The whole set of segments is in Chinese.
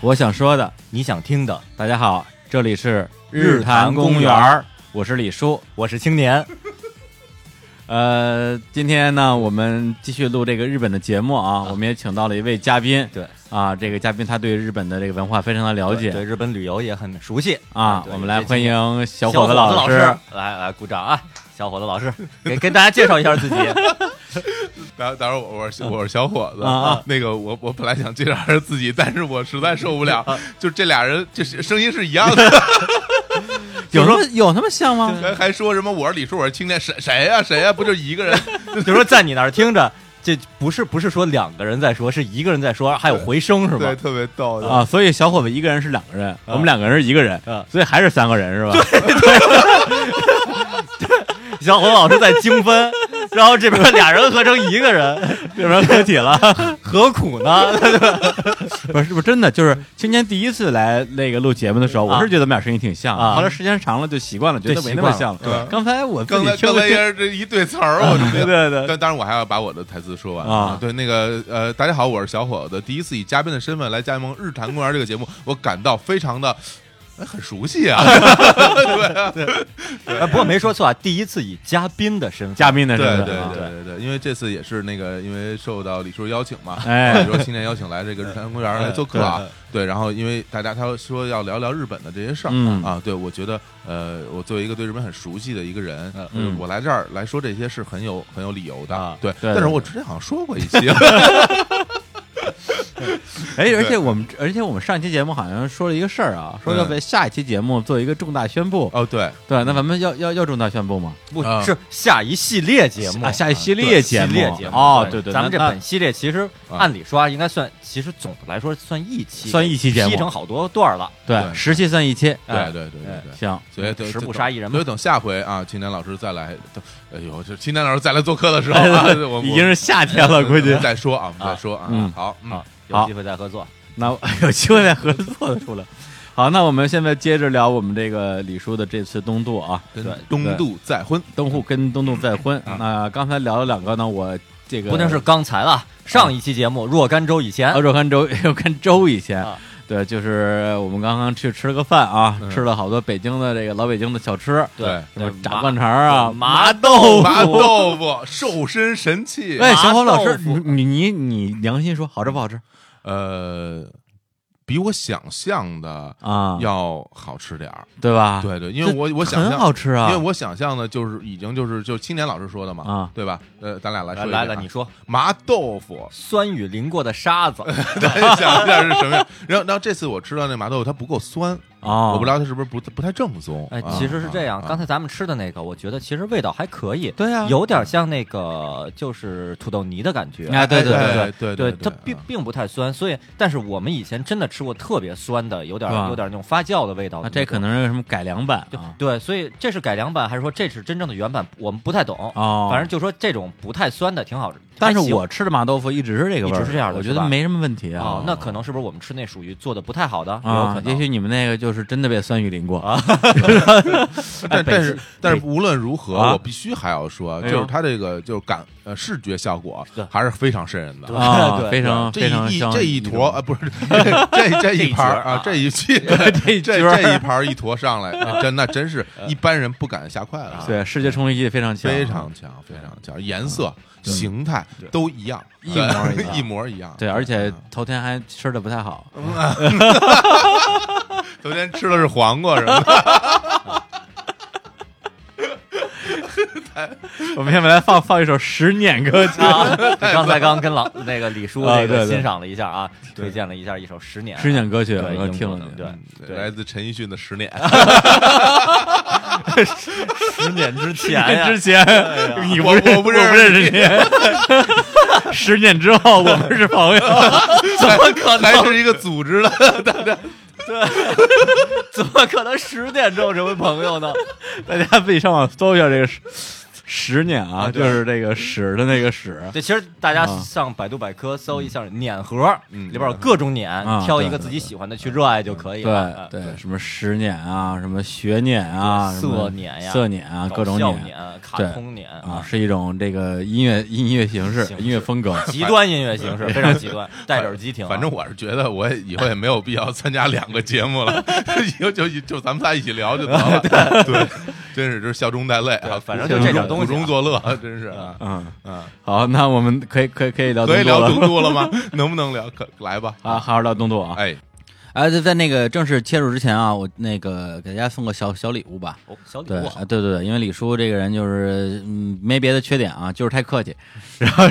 我想说的，你想听的。大家好，这里是日坛坛公园园儿，我是李叔，我是 青年。呃，今天呢，我们继续录这个日本的节目啊，我们也请到了一位嘉宾。对啊，这个嘉宾他对日本的这个文化非常的了解对日本旅游也很熟悉啊。对我们来这期欢迎小小伙子子老师。来来鼓掌啊！小伙子老师， 给跟大家介绍一 下自己。当当然我我是我是小伙子，啊啊那个我我本来想介绍是自己，但是我实在受不了，啊 就这俩人就是声音是一样 的，有什么有那么像吗？还还说什么我是李叔，我是青年，谁谁呀、谁呀、不就一个人？就说在你那儿听着，这不是不是说两个人在说，是一个人在说，还有回声是对，吧？特别逗的。啊，所以小伙子一个人是两个人，我们两个人是一个人啊，所以还是三个人是吧？ 小伙子老师在精分，然后这边俩人合成一个人，这边合体了，何苦 呢？不啊是不是真的，就是青年第一次来那个录节目的时候，啊我是觉得我们俩声音挺像的，啊后来时间长了就习惯了，觉得对没那么习惯像了了。对刚才我自刚己才听刚了才也是这一对词儿， 我就对觉对得。对，但当然，我还要把我的台词说完啊对，那个呃，大家好，我是小伙子，第一次以嘉宾的身份来加盟《日坛公园》这个节目，我感到非常的、哎很熟 悉啊。 哎，不过没说错啊，第一次以嘉宾的身份，嘉宾的身对份对啊对对对，因为这次也是那个，因为受到李叔邀请嘛，哎李叔青年邀请来这个日坛公园来做客啊，对，然后因为大家他说要聊聊日本的这些事儿嗯啊，对我觉得呃，我作为一个对日本很熟悉的一个人嗯，我来这儿来说这些是很有很有理由啊的，对，对但是我之前好像说过一期，哎，而且我们而且我们上一期节目好像说了一个事儿嗯啊，说要在下一期节目做一个重大宣布。哦对，对，那咱们要要要重大宣布吗？不啊是下一系列节目，啊下一系列对节目系列节目哦对对咱们这那本系列其实啊按理说啊，应该算，其实总的来说算一期，算一期节目劈成好多段了。对，对十期算一期。啊哎对对对对哎对。行，所以等十步杀一人嘛所以等下回啊，青年老师再来，等哎呦，这青年老师再来做客的时候啊，我们已经是夏天了，估计再说啊，我啊们再说啊嗯，好，嗯啊，好有机会再合作。那有机会再合作的出来。好，那我们现在接着聊我们这个李叔的这次东渡啊，跟对东渡再婚，东户跟东渡再婚。那刚才聊了两个呢，我这个啊不能是刚才了，上一期节目若干周以前啊，，若干周 若干周以前啊，对，就是我们刚刚去吃了个饭啊，嗯吃了好多北京的这个老北京的小吃，对什么炸麻灌肠啊，对麻豆哦腐 麻豆腐瘦身神器。哎，麻小伙老豆师，腐你你你你良心说好吃不好吃呃，比我想象的啊？要好吃点儿。对吧？啊对对，因为这我我想很象好吃啊，因为我想象的就是已经就是就青年老师说的嘛，啊对吧？呃，咱俩来说来一来遍来，啊你说，麻豆腐 酸雨淋过的沙子，咱想一下是什么样。然后，然后这次我吃到那麻豆腐它不够酸，哦，我不知道它是不是不不太正宗。啊哎，啊其实是这样，啊刚才咱们吃的那个，我觉得其实味道还可以，对呀有点像那个就是土豆泥的感觉。哎对对对哎对对对，它并并不太酸，所以，但是我们以前真的吃过特别酸的，有点是吧有点那种发酵的味道那的那种。这可能是什么改良版对啊？对，所以这是改良版，还是说这是真正的原版？我们不太懂。哦，反正就说这种不太酸的挺好，但是还行我吃的麻豆腐一直是这个味儿，一直是这样的我觉是得吧没什么问题哦啊，。那可能是不是我们吃那属于做的不太好的？有可啊，能。也许你们那个就是真的被酸雨淋过啊。但北但是京但是北无论如何，啊我必须还要说，哎就呦是它这个就是感呃视觉效果对还是非常瘆人的。 对啊，对非常这非常一一像这一一种坨啊，不是这 这这一盘儿啊，这一期这一这这圈儿啊这一盘儿一坨上来，真那真是一般人不敢下筷子，对视觉冲击力啊非常强，啊非常强，非常强，颜色、形态都一样，一对模一样 一模一样。对，而且头天还吃的不太好，昨天吃的是黄瓜 是吧？我们下面来放放一首《十年歌曲》 啊，刚才刚跟老那个李叔啊对那对个欣赏了一下啊，推荐了一下一首《十年》。十年歌曲，对我听英了嗯国的听。对对来自陈奕迅的《十年》，十年之前年哎呀 之前，你我认不我不认识认识你。十年之后，我们是朋友。怎么可 还能？是一个组织的，怎么可能十点钟成为朋友呢？大家自己上网搜一下这个十十年啊，啊对就是这个屎的那个屎，对，其实大家啊上百度百科搜一下碾盒，嗯里边有各种碾，啊挑一对个对自己喜欢的去热爱就可以了。对对，什么十年啊，什么学年啊，对什么色年呀色年啊，各种搞笑年碾、卡对通碾啊，，是一种这个音乐音乐形式形、式音乐风格。极端音乐形式非常极端，戴着耳机听啊。反正我是觉得，我以后也没有必要参加两个节目了，以后就就咱们仨一起聊就得了。对，真是就是笑中带泪啊，对反正就这种东西啊苦中作乐，真是啊，嗯嗯，好，那我们可以可以可以聊可东以渡聊了东渡了吗？能不能聊？可来吧，啊，好好聊东渡啊。哎，哎，在在那个正式切入之前啊，我那个给大家送个小小礼物吧。哦小礼对，物啊，对对对，因为李叔这个人就是嗯，没别的缺点啊，就是太客气。 然后，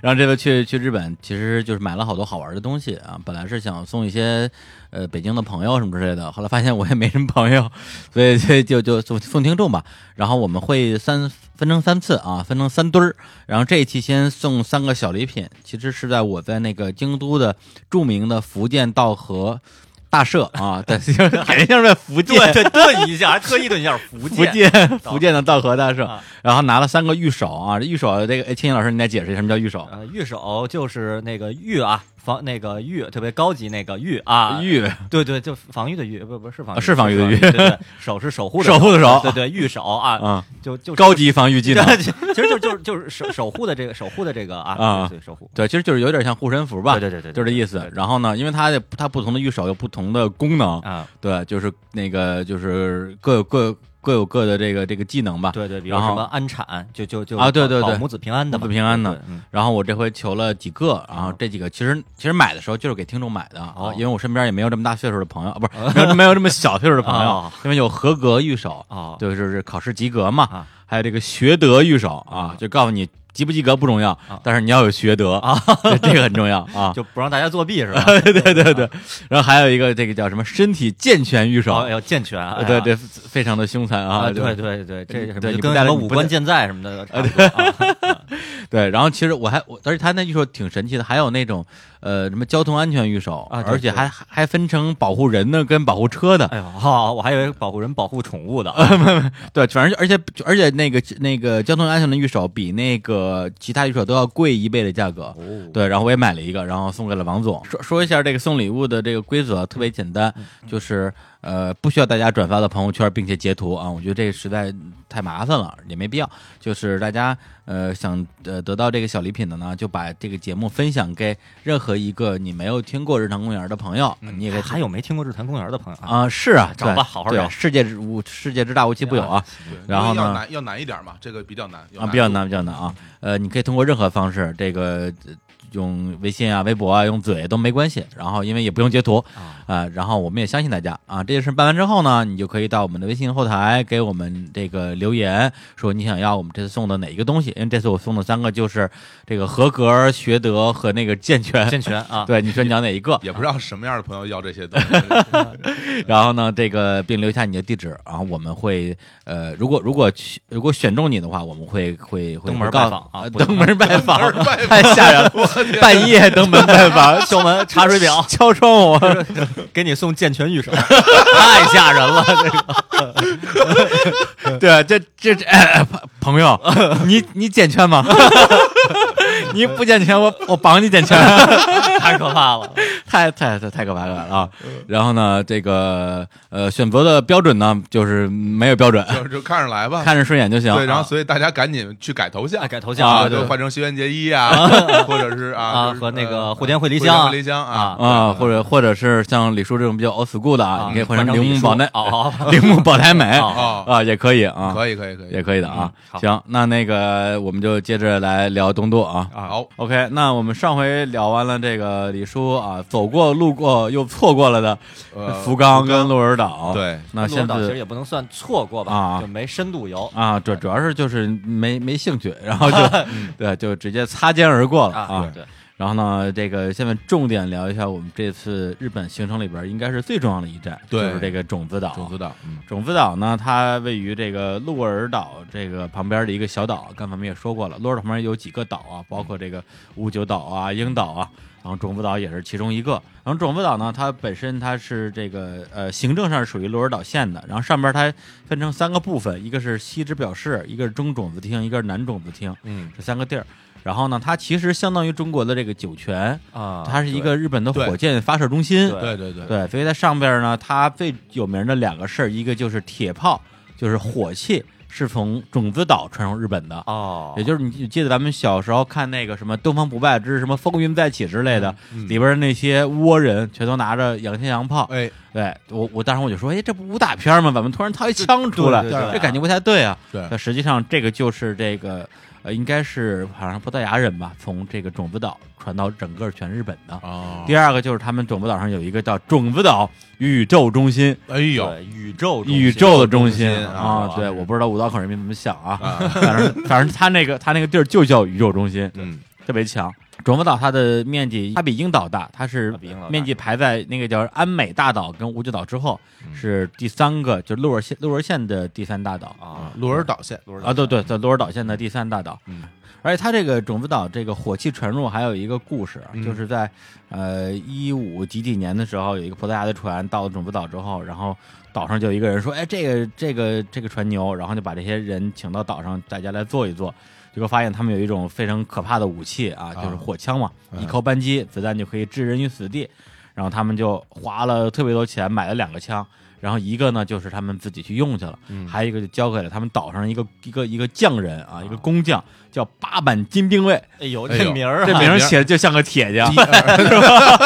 然后这次去去日本，其实就是买了好多好玩的东西啊。本来是想送一些呃北京的朋友什么之类的，后来发现我也没什么朋友，所以所以就就送送听众吧。然后我们会三分成三次啊，分成三堆儿。然后这一期先送三个小礼品，其实是在我在那个京都的著名的福建道和大社啊，对， 海像是在福建。 对对顿一下，还特意顿一下，福福建建福建的道和大社啊，然后拿了三个玉手啊，这玉手这个哎，青青老师你来解释一下什么叫玉手？啊呃，玉手就是那个玉啊，防那个玉特别高级那个玉啊，玉对对，就防御的玉，不不是防御啊是防御的玉对对，手是守护的守护的手对对，玉手啊，啊，就就高级啊防御技对，能。 其实就就是就是 守守护的这个守护的这个啊啊对对守护， 对，其实就是有点像护身符吧，对对对对就这意对思对。对然后呢，因为它的它不同的玉手有不同的功能，啊，对，就是那个就是各有各各有各的这个这个技能吧。对对，比如然什后么安产，就就就啊对对保对母子平安的嘛，母子平安的对，嗯然后我这回求了几个，然后这几个其实其实买的时候就是给听众买的啊，啊哦因为我身边也没有这么大岁数的朋友，啊，不是 没有没有这么小岁数的朋友哦，因为有合格御手，哦对，就是考试及格嘛啊，还有这个学德御手啊，就告诉你及不及格不重要，但是你要有学德啊，对这个很重要 啊。就不让大家作弊是 啊吧？对对对对，然后还有一个这个叫什么身体健全御手，呃哦，要健全，哎呀对对，非常的凶残啊，啊，就对对对，这什么对你就不跟带什么你五不官带呃健在什么的差不多啊，对，然后其实我还我，而且他那玉手挺神奇的，还有那种呃什么交通安全玉手，啊对而且对还还还分成保护人的跟保护车 的，嗯哎呦，好，我还以为保护人保护宠物的啊， 对，反正就而且而且那个那个交通安全的玉手比那个其他玉手都要贵一倍的价格。哦对，然后我也买了一个，然后送给了王总。说说一下这个送礼物的这个规则，特别简单，就是呃不需要大家转发到朋友圈，并且截图啊，我觉得这个实在太麻烦了，也没必要。就是大家呃想呃得到这个小礼品的呢，就把这个节目分享给任何一个你没有听过日常公园的朋友，你也可以还有没听过日坛公园的朋友啊？啊、是啊，找吧对好好对找世界之无世界之大无奇不有啊。对然后因为要呢难要难一点嘛，这个比较难，有啊，比较度难，比较难啊。呃，你可以通过任何方式，这个呃用微信啊、微博啊、用嘴都没关系。然后因为也不用截图啊啊、然后我们也相信大家啊。这件事办完之后呢，你就可以到我们的微信后台给我们这个留言，说你想要我们这次送的哪一个东西。因为这次我送的三个就是这个合格、学德和那个健全。健全啊，对，你说你要哪一个？也不知道什么样的朋友要这些东西。然后呢，这个并留下你的地址，然后我们会呃，如果如果去如果选中你的话，我们会会会登门会告拜访啊呃不是登门拜访登门拜，访太吓 人了，半夜登门拜 访，，敲门查水 表敲窗户，给你送健全玉手，太吓人 了，这个对，啊这这这、哎哎朋 友，你你健全吗？你不健全，我我绑你健 全。 太可 怕了。太太太太可怕了啊！然后呢，这个呃，选择的标准呢，就是没有标准，就就看着来吧。看着顺眼就行。啊对，然后啊所以大家赶紧去改头像，哎改头像啊，对对就对换成西园结衣啊，或者是啊啊就是和那个呃蝴蝶会离蝴香啊会离香啊啊啊，或者或者是像李叔这种比较 old school 的啊，你可以换成李铃木叔保 奈、哦，哦 铃木保太美哦哦，啊，也可以啊，可以可以可以，也可以的啊。好行，那那个我们就接着来聊东渡啊。好， OK，那我们上回聊完了这个李叔啊，走过路过又错过了的呃福冈跟鹿儿岛，对，那 鹿儿现岛其实在也不能算错过吧啊，就没深度游啊，主主要是就是没没兴趣，然后就对，就直接擦肩而过了啊啊。对，然后呢，这个下面重点聊一下我们这次日本行程里边应该是最重要的一站，对就是这个种子岛。种子岛，嗯，种子岛呢，它位于这个鹿儿岛这个旁边的一个小岛。刚才我们也说过了，鹿儿岛旁边有几个岛啊，包括这个五九岛啊、樱岛啊，然后种子岛也是其中一个。然后种子岛呢，它本身它是这个呃行政上属于鹿儿岛县的，然后上边它分成三个部分，一个是西之表市，一个是中种子厅，一个是南种子厅，嗯，这三个地儿。然后呢，它其实相当于中国的这个酒泉，啊，它是一个日本的对火箭发射中心。对对对对，对，所以在上边呢，它最有名的两个事儿，一个就是铁炮，就是火器，是从种子岛传入日本的。哦，也就是你你记得咱们小时候看那个什么《东方不败之什么风云再起》之类的，嗯里边那些倭人全都拿着洋枪洋炮。哎，对我，我当时我就说，哎，这不武打片吗？怎么突然掏一枪出来？对对对这感觉不太对啊。对那实际上这个就是这个呃，应该是好像葡萄牙人吧，从这个种子岛传到整个全日本的。啊，第二个就是他们种子岛上有一个叫种子岛宇宙中心，哎呦，对宇宙中心宇宙的中心宇宙中心啊啊，对，是我不知道五道口人民怎么想啊，啊， 反正反正他那个他那个地儿就叫宇宙中心，嗯，特别强。种子岛它的面积它比樱岛大，它是它比樱岛大面积排在那个叫安美大岛跟五九岛之后，嗯是第三个，就鹿儿县鹿儿县的第三大岛啊鹿儿岛县，鹿儿岛啊，对对，在鹿儿岛县的第三大岛。嗯而且它这个种子岛这个火器传入还有一个故事，嗯就是在呃一五几几年的时候，有一个葡萄牙的船到了种子岛之后，然后岛上就有一个人说：“哎，这个这个这个船牛。”然后就把这些人请到岛上，大家来坐一坐。结果发现他们有一种非常可怕的武器啊，就是火枪嘛，嗯一扣扳机，子弹就可以置人于死地。然后他们就花了特别多钱买了两个枪，然后一个呢就是他们自己去用去了，还有一个就交给了他们岛上一个一个一个匠人啊，一个工匠叫八坂金兵卫，哎呦，哎呦这名儿啊这名儿写的就像个铁匠，是吧？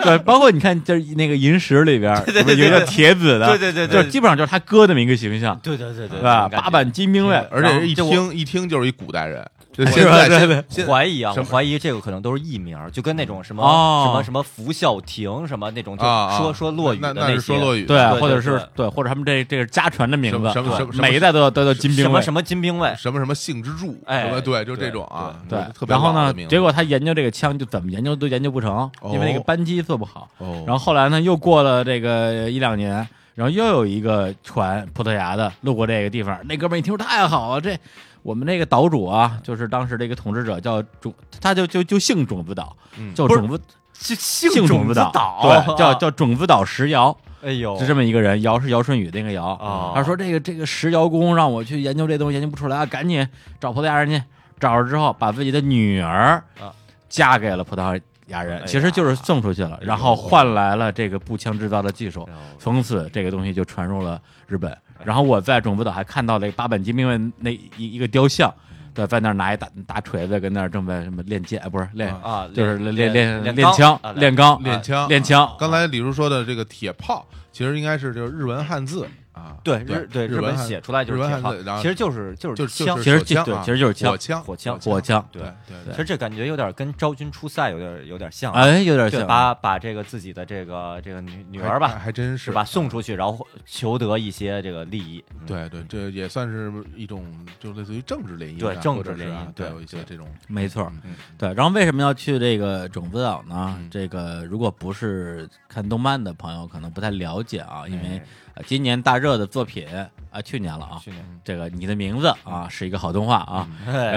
对，包括你看就是那个银石里边儿，对对对有一个铁子的，对对对对就是基本上就是他哥那么一个形象，对对对对对吧？这种感觉八坂金兵卫，而且一这我听一听就是一古代人，就是现吧在对现对现怀疑啊，什我么怀疑这个可能都是艺名儿，就跟那种什么、哦什么什么拂晓亭什么那种，就说、啊，啊说落语那的那是些，说落语的，对，对或者对是对对，或者他们这这是家传的名字，什么什么对什么每一代都要都叫金兵什卫么。什么金兵卫，什么什么性之柱，哎什么对，就这对种啊，对特，别然后老呢的名，字结果他研究这个枪就怎么研究都研究不成，因为那个哦扳机做不好。哦，然后后来呢，又过了这个一两年，然后又有一个船，葡萄牙的路过这个地方，那哥们儿一听说太好了，这我们那个岛主啊，就是当时这个统治者叫种，他就就就姓种子岛，嗯叫不是种子就姓姓种子岛，啊对，叫叫种子岛石窑，哦哎呦，就这么一个人，尧是尧舜禹那个尧。哦他说这个这个石窑工让我去研究这东西，研究不出来，啊赶紧找葡萄牙人去。找着之后，把自己的女儿啊嫁给了葡萄牙哎人，呀其实就是送出去了，然后换来了这个步枪制造的技术。从此这个东西就传入了日本。然后我在种子岛还看到了八本金兵卫那一一个雕像，对，在那儿拿一大大锤子，跟那儿正在什么练剑，呃不是练，啊，就是练练练钢枪、啊练钢、练枪啊练枪。刚才李叔说的这个铁炮，其实应该是就是日文汉字啊，对对日对日文本汉写出来就是日文铁汉炮字然，后其实就是就就是就是枪，其实手枪对啊其实就是枪火枪，火枪火枪，对对其实这感觉有点跟昭君出塞有点有点像啊，哎，有点对，像。把把这个自己的这个这个女女儿还吧，还真是哎是啊哎吧，送出去，然后求得一些这个利益，嗯对对，这也算是一种就类似于政治联姻啊，对政或者治是联啊姻对对有一些对啊这种没错，嗯对。然后为什么要去这个种子岛呢？嗯这个如果不是看动漫的朋友，可能不太了解啊，因为哎、呃今年大热的作品啊，去年了啊，去年这个你的名字啊是一个好动画啊，哎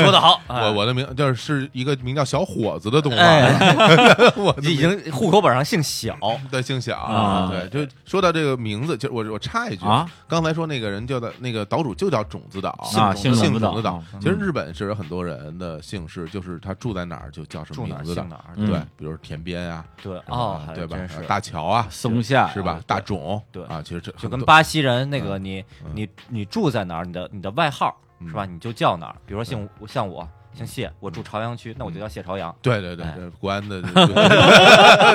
说得好，哎 我我的名就是是一个名叫小伙子的动画，哎 我的已经户口本上姓小，对，姓小啊对，就说到这个名字，就我我插一句啊，刚才说那个人叫的那个岛主就叫种子岛啊姓姓姓种子岛子岛嗯。其实日本是有很多人的姓氏，就是他住在哪儿就叫什么住哪名儿字的姓哪，儿嗯对，比如田边啊，对什么哦，还对吧真是？哦大桥啊，松下是吧？大种对啊，其实这就很跟多巴西人那个嗯你嗯你你住在哪儿，你的你的外号是吧？你就叫哪儿，比如嗯说姓我像我姓谢，我住朝阳区，那我就叫谢朝阳。对对对哎，这国安的，对，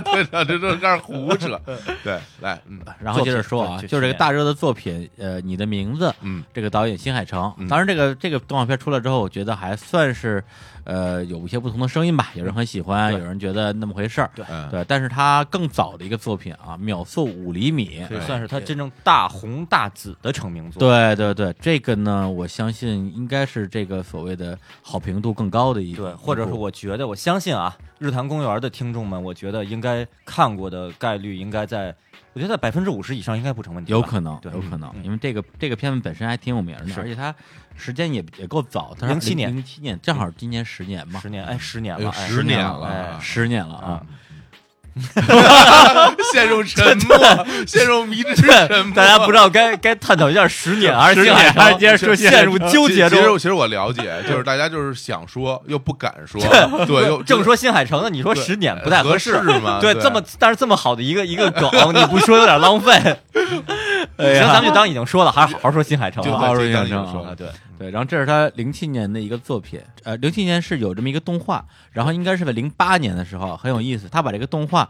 这这这这胡扯，对，来，嗯然后接着说啊，作品就是这个大热的作品，呃，你的名字，嗯，这个导演新海诚嗯。当然，这个这个动画片出来之后，我觉得还算是呃有一些不同的声音吧，有人很喜欢，对有人觉得那么回事儿，对嗯对，但是他更早的一个作品啊，《秒速五厘米》，这算是他真正大红大紫的成名作。对对对，这个呢，我相信应该是这个所谓的好评度更高的一对，或者是我觉得，我相信啊，日坛公园的听众们，我觉得应该看过的概率应该在，我觉得在百分之五十以上应该不成问题吧。有可能，对有可能，嗯因为这个这个片子本身还挺有名的，是而且它时间也也够早，它07年零七年正好今年十年嘛，十年，哎，十年哎了，呦哎十年了哎，十年了啊啊！陷入沉默，陷入迷之沉 默。大家不知道该该探讨一下十年还是十新年海诚还是接着说新海诚陷入纠结其实中。其实我了解，就是大家就是想说又不敢说，对，又 正说新海诚呢，你说十年不太合啊适嘛？对，这么但是这么好的一个一个梗， 你不说有点浪费。行，咱们就当已经说了，还是好好说新海诚就吧。好在好这养当生中啊，说，对，对，然后这是他零七年的一个作品，呃，零七年是有这么一个动画，然后应该是在零八年的时候很有意思，他把这个动画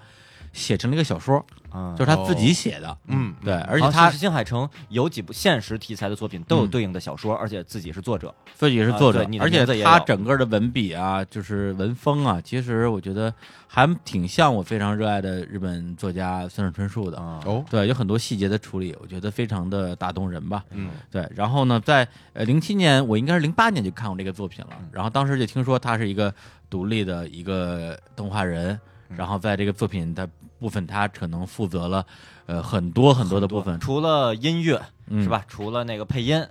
写成了一个小说，嗯就是他自己写的，嗯，对，而且好他其实新海诚有几部现实题材的作品都有嗯对应的小说，而且自己是作者。自己是作者，啊对你的而且名字也他有整个的文笔啊，就是文风啊，其实我觉得还挺像我非常热爱的日本作家村上春树的。啊哦，对，有很多细节的处理，我觉得非常的打动人吧。嗯，对，然后呢，在呃零七年，我应该是零八年就看过这个作品嗯了，然后当时就听说他是一个独立的一个动画人，嗯然后在这个作品的部分，他可能负责了呃很多很多的部分，除了音乐嗯是吧？除了那个配音，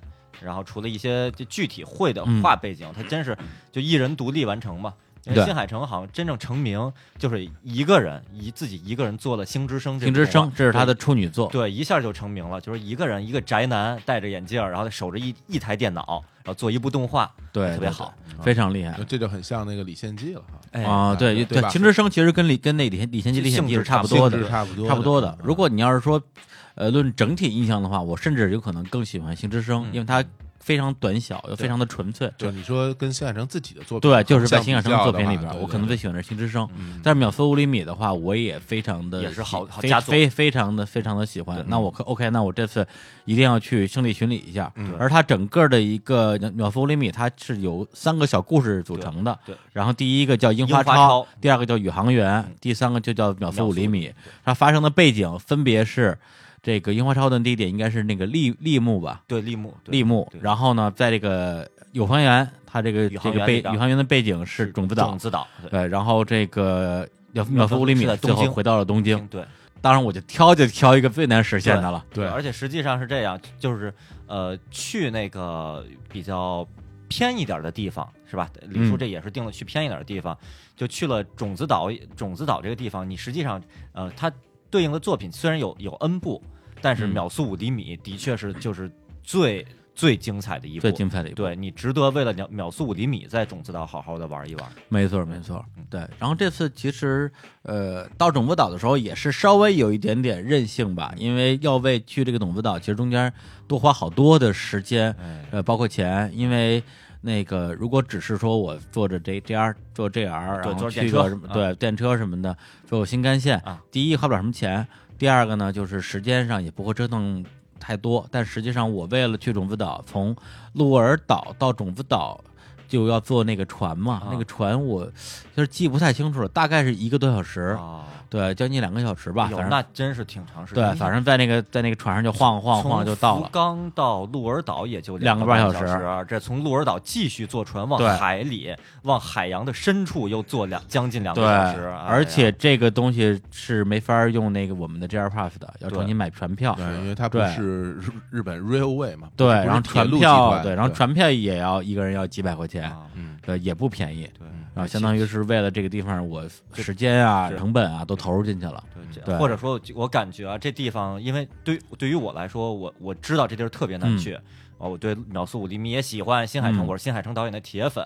然后除了一些就具体会的嗯画背景，他真是就一人独立完成嘛。因对为新海诚好像真正成名就是一个人，一自己一个人做了《星之声》这听部动之画声，这是他的处女作，对，一下就成名了，就是一个人，一个宅男，戴着眼镜儿，然后守着一一台电脑，然后做一部动画，对，特对别好，对非常厉害。这就很像那个李献计了哈，哎，啊，对对吧秦之声其实跟李跟那李李贤基、李显基是差不多性质的，差不多，嗯差不多的。如果你要是说，呃，论整体印象的话，我甚至有可能更喜欢《行之声》，嗯因为它非常短小，又非常的纯粹。就你说跟新海诚自己的作品，对，就是在在《新海诚》作品里边，我可能对嗯最喜欢的是《行之声》，但是《秒速五厘米》的话，我也非常的也是好好非佳作非非常的非常的喜嗯欢。那我可 OK，那我这次一定要去圣地巡礼一下。嗯而它整个的一个《秒速五厘米》，它是由三个小故事组成的。对对然后第一个叫樱花樱花超嗯第二个叫宇航员，第三个就叫秒速秒五速厘米。它发生的背景分别是这个樱花超的地点应该是那个立立木吧，对立木，对立木。对然后呢，在这个宇航员，他这个宇这航员个背那张宇航员的背景是种子岛，种子岛，对对，然后这个秒秒速五厘米是在最东后京回到了东京。对当然，我就挑就挑一个最难实现的了。对而且实际上是这样，就是呃，去那个比较偏一点的地方，是吧？李叔嗯这也是定了去偏一点的地方，就去了种子岛。种子岛这个地方，你实际上呃，它对应的作品虽然有有 N 部，但是嗯秒速五厘米的确是就是最最精彩的一部最。精彩的一部，对你值得为了秒秒速五厘米在种子岛好好的玩一玩。没错没错嗯，对。然后这次其实呃到种子岛的时候也是稍微有一点点任性吧，因为要为去这个种子岛，其实中间多花好多的时间，哎，呃，包括钱，因为。那个，如果只是说我坐着 J J R 坐 J R，对然后坐着去电个车什么啊对电车什么的，坐新干线啊，第一花不了什么钱，第二个呢就是时间上也不会折腾太多。但实际上，我为了去种子岛，从鹿儿岛到种子岛就要坐那个船嘛，啊那个船我就是记不太清楚了，大概是一个多小时，哦，对，将近两个小时吧，有反正哎那真是挺长时间。对，反正在那个在那个船上就晃晃晃就到从了福。冈到鹿儿岛也就两个个半半小时时，这从鹿儿岛继续坐船往对海里，往海洋的深处又坐两将近两个对，小时，哎呀而且这个东西是没法用那个我们的 JR Pass 的，要对重新买船票。对，因为它不对是日日本 railway 嘛，对，不是然后铁船路集票团对，对，然后船票也要一个人要几百块钱，啊嗯，对，也不便宜。对然后相当于是为了这个地方，我时间啊、是成本啊都投入进去了。对对这，或者说，我感觉啊，这地方因为对对于我来说，我我知道这地儿特别难去。啊，我对秒速五厘米也喜欢，新海诚、嗯我是新海诚导演的铁粉，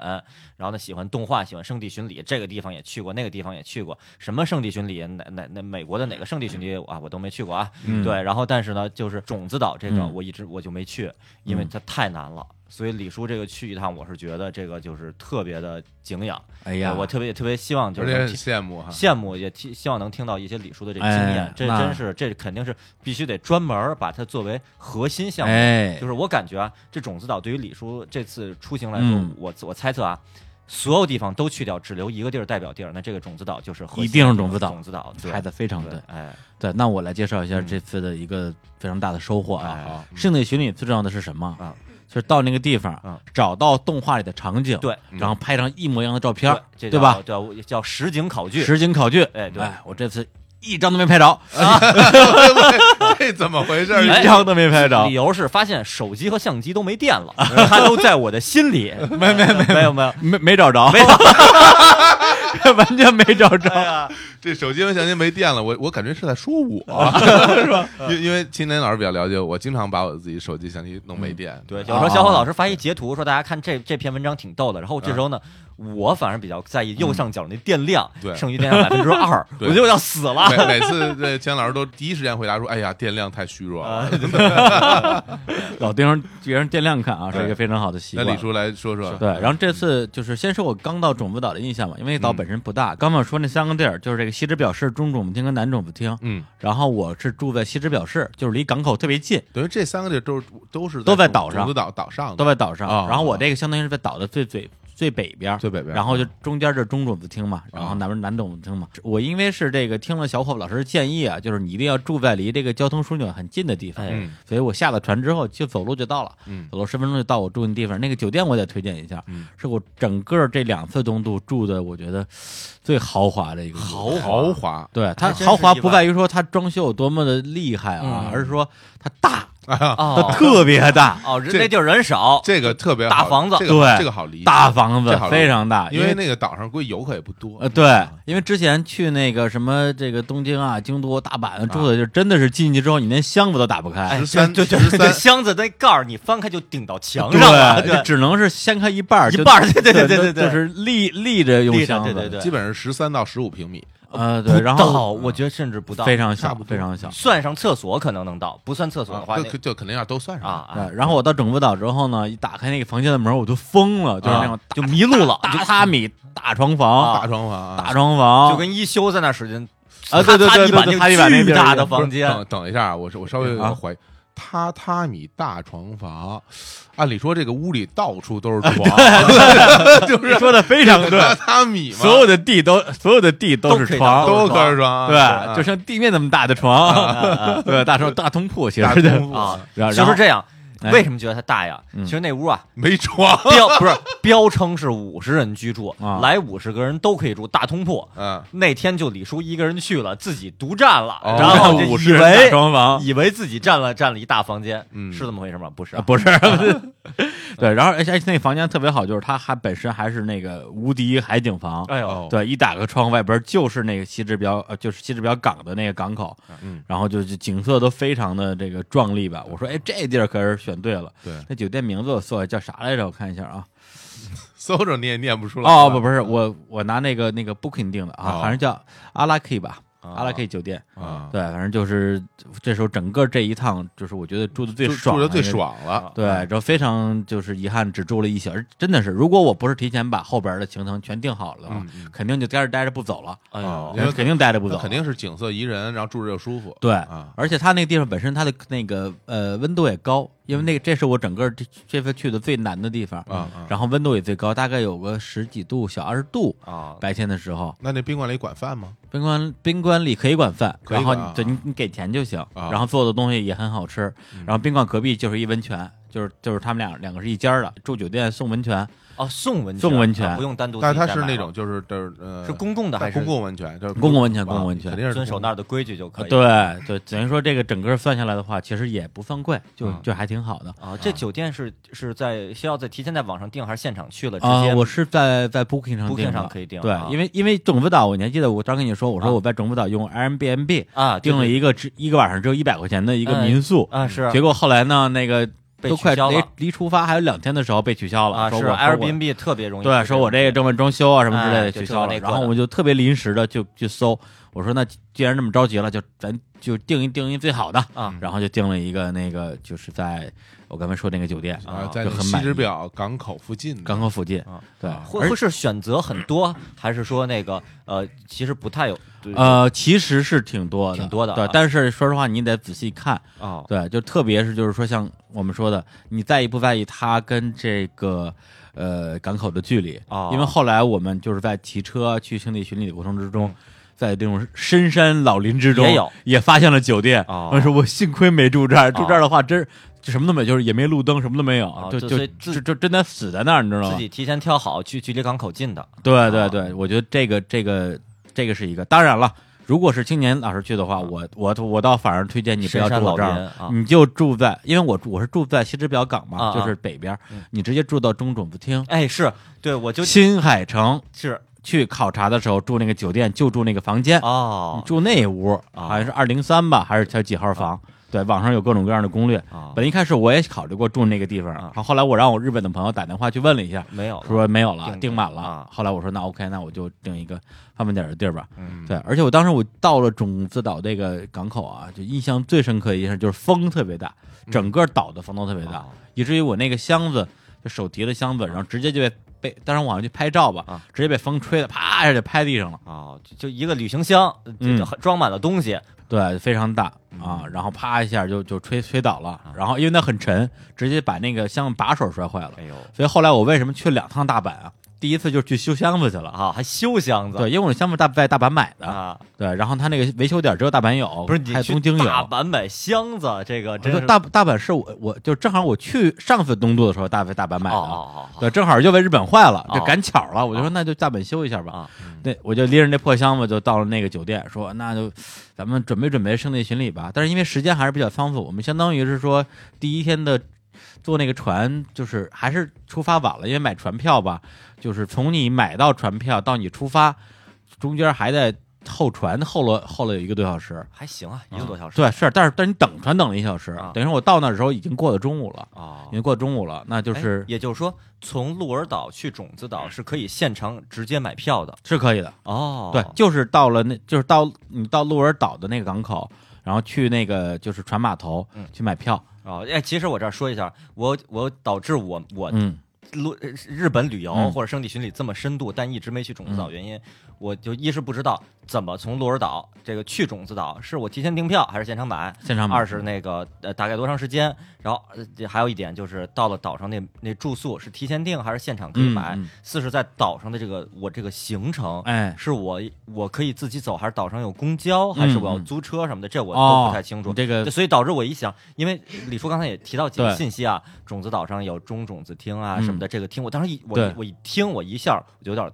然后呢喜欢动画，喜欢圣地巡礼，这个地方也去过，那个地方也去过，什么圣地巡礼，哪哪哪美国的哪个圣地巡礼啊，我都没去过啊。嗯对，然后但是呢，就是种子岛这个嗯我一直我就没去，因为它太难了。所以李叔这个去一趟，我是觉得这个就是特别的敬仰，哎呀，我特别特别希望就而是且能很听羡慕哈，羡慕也听，希望能听到一些李叔的这个经验，哎这那真是这肯定是必须得专门儿把它作为核心项目。哎就是我感觉啊，这种子岛对于李叔这次出行来说，嗯我我猜测啊，所有地方都去掉，只留一个地儿代表地儿，那这个种子岛就是核心一定是种子岛种子岛对猜的非常对对，。哎，对，那我来介绍一下嗯这次的一个非常大的收获啊。哎圣地巡礼最重要的是什么？啊，就是到那个地方，嗯找到动画里的场景，对嗯然后拍上一模一样的照片，这对叫吧？？叫叫实景考据，实景考据，哎对我这次一张都没拍着，这怎么回 事儿？一张都没拍着理，由是发现手机和相机都没电了，它都在我的心里。没 没没没有没有， 没没找着， 完全没找哎着。呀，这手机我相机没电了，我我感觉是在说 我，啊是吧？嗯因因为青年老师比较了解我，我经常把我自己手机相机嗯弄没电。 对，有时候小伙老师发一截图说大家看这这篇文章挺逗的，然后这时候呢，我反而比较在意右上角那电量，对剩余电量百分之二，我对啊就要死了。每每次这青年老师都第一时间回答说：“哎呀，电量太虚弱了。啊，哎老盯着别人电量看啊，对是一个非常好的习 那惯。李叔来说说，对，然后这次就是先说我刚到种子岛的印象吧，因为岛本身不大。刚刚我说那三个地儿，就是这个西直表市中种子厅跟南种子厅。嗯，然后我是住在西直表市，就是离港口特别近，等于这三个地儿都是都是都在种岛上种子岛岛上的，都在岛上。啊然后我这个相当于是在岛的最最最北边儿，最北边儿然后就中间这中种子厅嘛，然后南边南种子厅嘛。我因为是这个听了小伙子老师的建议啊，就是你一定要住在离这个交通枢纽很近的地方，哎嗯所以我下了船之后就走路就到了，嗯走路十分钟就到我住的地方。那个酒店我得推荐一下，嗯是我整个这两次东渡住的，我觉得最豪华的一个酒店。豪华对它还真是豪华意不外在于说它装修有多么的厉害啊，嗯而是说它大，它哦特别大，哦，人这那地儿人少，这个特别好大房子这个对这个好理解，大房子这好理解非常大，因啊为为那个岛上估计游客也不多呃，，对，因为之前去那个什么这个东京啊、京都、大阪住的，就真的是进去之后你连箱子都打不开， 十三哎对对十对，三箱子那盖儿你翻开就顶到墙上了，对，就对，只能是掀开一半儿，一就半儿 对对对对对对就是立立着用立着箱子，对对对基本上十三到十五平米，呃，对，然不到后我觉得甚至不到，非常差小不，多非常小。算上厕所可能能到，不算厕所的话啊那就就肯定要都算上啊，对啊，然后我到整部岛之后呢，一打开那个房间的门，我就疯了，就是那种啊就迷路了，榻榻米大床啊房，大床房啊大床房，就跟一休在那使劲啊对对对对对擦擦地板那地巨儿大的不是房间等等一下啊，我是我稍微有啊点怀疑。榻榻米大床房，按理说这个屋里到处都是床， 就是啊说的非 常对，榻榻米嘛，所有的地都所有的地都都可是以床，当都啊是床，对，就是像地面那么大的床， 对，大床大通铺其实大是通铺啊，然后就是这样。哎为什么觉得它大呀？嗯其实那屋啊，没床，标不是标称是五十人居住啊，来五十个人都可以住大通铺。哎嗯，那天就李叔一个人去了，自己独占了，哦然后就五以十人大为床 房以为自己占了占了一大房间，嗯是这么回事吗？不是啊，，不是， 对，然后而且而且那房间特别好，就是它还本身还是那个无敌海景房。哎呦，哦，对，一打开窗，外边就是那个西直表，呃，就是西直表港的那个港口，嗯，然后就就景色都非常的这个壮丽吧。我说，哎，这地儿可是选对了。对那酒店名字我搜一下叫啥来着？我看一下啊。搜着你也念不出来哦，吧，嗯不，不是，我我拿那个那个 Booking 定的啊，哦反正叫阿拉 K 吧，啊阿拉 K 酒店。啊，对，反正就是这时候整个这一趟，就是我觉得住的最住爽，住的最。爽哎了，对，然后非常就是遗憾，只住了一宿，而真的是，如果我不是提前把后边的行程全定好了，嗯嗯肯定就在这待着不走了，哎哦呦因，为肯定待着不那走，肯定是景色宜人，然后住着又舒服，对。啊，而且它那个地方本身它的那个呃温度也高，因为那个这是我整个这这次去的最难的地方嗯啊啊然后温度也最高，大概有个十几度，小二十度，啊，白天的时候，那那宾馆里管饭吗？宾馆宾馆里可以管饭，可以然后管你啊对你你给钱就行，啊然后做的东西也很好吃。嗯然后宾馆隔壁就是一温泉，就是就是他们俩两个是一家儿的，住酒店送温泉，哦，送温泉，送温泉啊不用单独自但己再是买它了。是那种就是就是呃，是公共的还是公共温泉？就是公共温泉啊公共温泉肯定是遵守公那儿的规矩就可以。啊对对，等于说这个整个算下来的话，其实也不算贵，就嗯就还挺好的。啊，这酒店是是在需要在提前在网上订还是现场去呃了直啊、接？我是在在 Booking 上 Booking 订的上可以订对，啊因为因为种子岛，我你还记得我当时跟你说，我说啊我在种子岛用 Airbnb 啊订了一一个只一个晚上只有一百块钱的一个哎民宿，啊是结果后来呢，那个被都快取消离了离出发还有两天的时候被取消了，啊是说我说我 Airbnb 特别容易出对，问题。说我这个正在装修啊什么之类哎的就取特消那了，个然后的我就特别临时的就去搜，我说那既然这么着急了，就咱就定一定一最好的啊然后就定了一个那个就是在我刚才说那个酒店啊，在就那个很西满直意。表港口附近的，港口附近啊，对，啊会而会是选择很多，还是说那个呃，其实不太有对呃，其实是挺多的，挺多的对啊，但是说实话，你得仔细看，哦，对，就特别是就是说，像我们说的，你在意不在意它跟这个呃港口的距离？哦因为后来我们就是在骑车去兄弟巡礼的过程之中，在这种深山老林之中，嗯也有也发现了酒店。哦我说我幸亏没住这儿，住这儿的话真是就什么都没有，就是也没路灯，什么都没有，哦就就就所以自就就真的死在那儿，你知道自吗？己哦提前挑好，距距离港口近的，对对对，我觉得这个这个这个是一个，当然了。如果是青年老师去的话，我我我倒反而推荐你不要深山住我嗯老这林儿，嗯啊，你就住在，因为我住我是住在西直表港嘛，啊啊就是北边儿，你直接住到中种子厅、哎，是对，我就新海城是去考察的时候住那个酒店，就住那个房间，你哦住那屋，好啊像是二零三吧，还是才几号房？对，网上有各种各样的攻略。啊，本来一开始我也考虑过住那个地方，然后后来我让我日本的朋友打电话去问了一下，没哦有了说没有了，定订满了。啊后来我说那 OK，那我就订一个方便点儿的地儿吧。嗯对，而且我当时我到了种子岛这个港口啊，就印象最深刻的一件事就是风特别大，整个岛的风都特别大，哦以至于我那个箱子就手提的箱子，然后直接就被被，当时我好像去拍照吧，啊直接被风吹的啪一下就拍地上了，哦，就就一个旅行箱，就嗯就很装满了东西，对，非常大啊，然后啪一下就就吹吹倒了，然后因为它很沉，直接把那个箱子把手摔坏了，哎呦所以后来我为什么去两趟大阪啊？第一次就是去修箱子去了。啊，还修箱子对，因为我箱子大在大阪买的，啊，对，然后他那个维修点只有大阪有，不是你还有去东京有，大阪买箱子，这个真不是是大大阪是我我就正好我去上次东渡的时候，大阪大阪买的，哦哦哦对，正好又被日本坏了，这哦赶巧了，我就说哦那就大阪修一下吧。哦啊，嗯对，我就拎着那破箱子就到了那个酒店，说那就咱们准备准备圣地巡礼吧。但是因为时间还是比较仓促，我们相当于是说第一天的坐那个船，就是还是出发晚了，因为买船票吧，就是从你买到船票到你出发，中间还在候船候了候了有一个多小时。还行啊，一个多小时，嗯对，是，但是但是你等船等了一小时，啊等于说我到那儿的时候已经过了中午了，哦已，经过了中午了，那就哎是、也就是说，从鹿儿岛去种子岛是可以现场直接买票的是可以的，哦。对，就是到了那，就是到你到鹿儿岛的那个港口，然后去那个就是船码头、嗯去买票，哦，哎，其实我这儿说一下，我我导致我我嗯路日本旅游嗯或者圣地巡礼这么深度，但一直没去种子岛，原因我就一是不知道怎么从鹿儿岛这个去种子岛，是我提前订票还是现场买？现场买二是那个呃大概多长时间？然后呃这还有一点就是到了岛上那那住宿是提前订还是现场可以嗯买？嗯四是在岛上的这个我这个行程，哎，是我我可以自己走，还是岛上有公交，还是我要嗯租车什么的，这我哦都不太清楚。你这个对所以导致我一想，因为李叔刚才也提到几个对信息啊，种子岛上有中种子厅啊嗯什么的，这个厅我当时一我对一我一听我一下我就有点。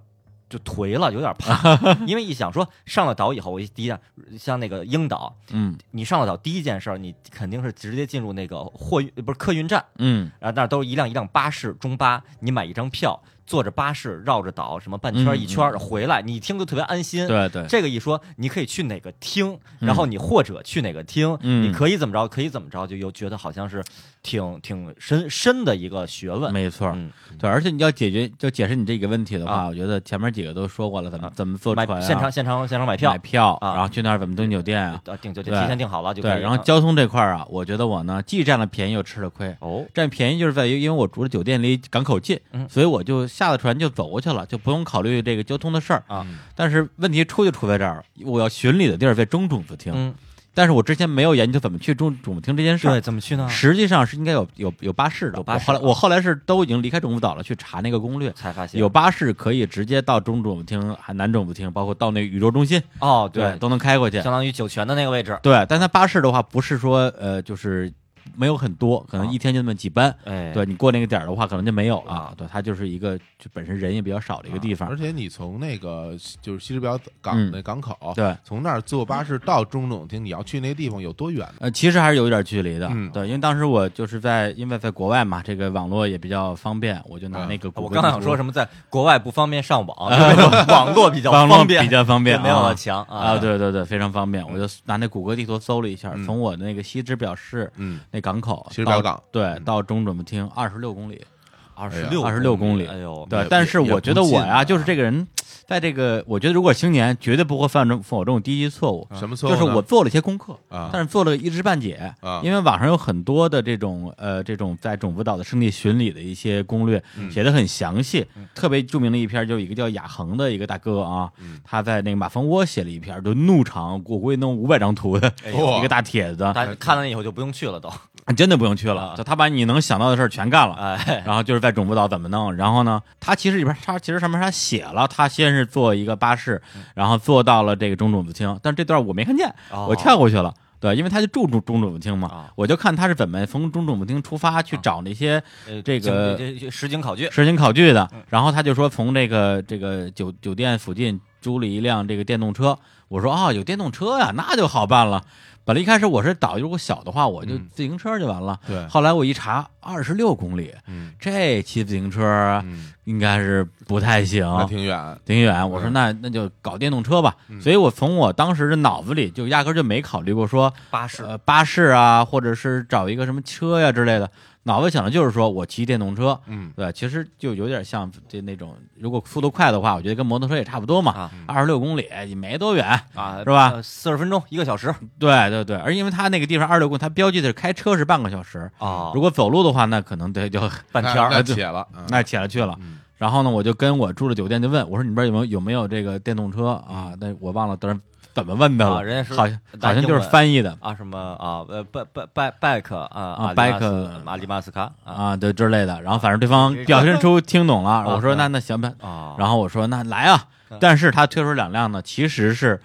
就颓了，有 点怕，因为一想说上了岛以后，我一第一件像那个樱岛，嗯你上了岛第一件事儿，你肯定是直接进入那个货运不是客运站，嗯然后那儿都是一辆一辆巴士，中巴，你买一张票，坐着巴士绕着岛什么半圈儿嗯一圈儿回来，你一听就特别安心。对对这个一说，你可以去哪个厅，然后你或者去哪个厅，嗯你可以怎么着，可以怎么着，就又觉得好像是挺挺深深的一个学问。没错儿。嗯，对，而且你要解决就解释你这个问题的话，啊我觉得前面几个都说过了，怎么、啊怎么坐买船、啊、现场现场现场买票买，票，啊然后去那儿怎么订酒店啊？呃，订就就对提前订好了就可以对，了。然后交通这块儿啊，我觉得我呢既占了便宜又吃了亏。哦，占便宜就是在于，因为我住的酒店离港口近，嗯所以我就下了船就走过去了，就不用考虑这个交通的事儿啊。但是问题出就出在这儿了，我要巡礼的地儿在中种子厅，嗯，但是我之前没有研究怎么去中种子厅这件事儿对，。怎么去呢？实际上是应该有有有巴士的，有巴士我后来我后来是都已经离开种子岛了，去查那个攻略，才发现有巴士可以直接到中种子厅、还南种子厅，包括到那个宇宙中心，哦，对，都能开过去。相当于酒泉的那个位置。对，但它巴士的话不是说呃就是没有很多，可能啊一天就那么几班。哎，对你过那个点儿的话，可能就没有了。啊对，它就是一个就本身人也比较少的一个地方。而且你从那个就是西直表港、嗯那港口，对，从那儿坐巴士到中总厅，你要去那个地方有多远呢？呃，其实还是有一点距离的。嗯对，因为当时我就是在因为在国外嘛，这个网络也比较方便，我就拿那个嗯啊我谷歌刚地想说什么，在国外不方便 上网，因为网络比较网络方便，比较方便就没有啊了嗯强啊，，对对对，非常方便。我就拿那谷歌地图搜了一下，嗯从我那个西直表市嗯，那港口到，西直表港对到中准部厅二十六公里，嗯二哎十呀六26公里哎呦，对也，但是也我不觉得我近呀，啊就是这个人，在这个，我觉得如果青年绝对不会犯这犯我这种低级错误，什么嗯错误就呢？是我做了一些功课啊但是做了一知半解啊因为网上有很多的这种呃这种在种子岛的圣地巡礼的一些攻略，嗯写的很详细，特别著名的一篇就有一个叫亚恒的一个大哥啊，嗯他在那个马蜂窝写了一篇，就怒长，我估计能五百张图的哎呦一个大帖子，大家看了以后就不用去了都，真的不用去了啊，就他把你能想到的事儿全干了。 哎，然后就是在种不岛怎么弄，然后呢，他其实里边他其实上面他写了，他先是坐一个巴士，嗯然后坐到了这个中种子厅，但这段我没看见，哦我跳过去了。对，因为他就住中中种子厅嘛哦，我就看他是怎么从中种子厅出发嗯去找那些呃这个这这实景考据，实景考据的。嗯然后他就说从这个这个酒酒店附近租了一辆这个电动车。我说啊、有电动车呀、那就好办了。本来一开始我是导，如果小的话我就自行车就完了。嗯对后来我一查，二十六公里，嗯这骑自行车啊嗯，应该是不太行。那挺远，挺远，我说嗯那那就搞电动车吧，所以我从我当时的脑子里就压根儿就没考虑过说巴士呃巴士啊，或者是找一个什么车呀、之类的，脑子想的就是说我骑电动车，嗯，对，其实就有点像这那种，如果速度快的话，我觉得跟摩托车也差不多嘛啊，二十六公里也没多远，啊，是吧？四十分钟，一个小时对对对，而因为它那个地方二十六公里，它标记的是开车是半个小时，哦嗯啊如，果走路的话，那可能得 就半天那那儿，且了，啊嗯那起来去了。然后呢，我就跟我住的酒店就问我说：“你们这儿有没有有没有这个电动车啊？”那我忘了当时怎么问的了，啊人家是好像拿好像就是英文翻译的啊，什么啊，呃拜拜拜拜克啊，啊阿里马 Bike 斯阿里马斯卡啊啊，对之类的。然后反正对方表现出听懂了，我说：“那那行吧。”啊，然后我说：“那来啊！”嗯但是他推出两辆呢，其实是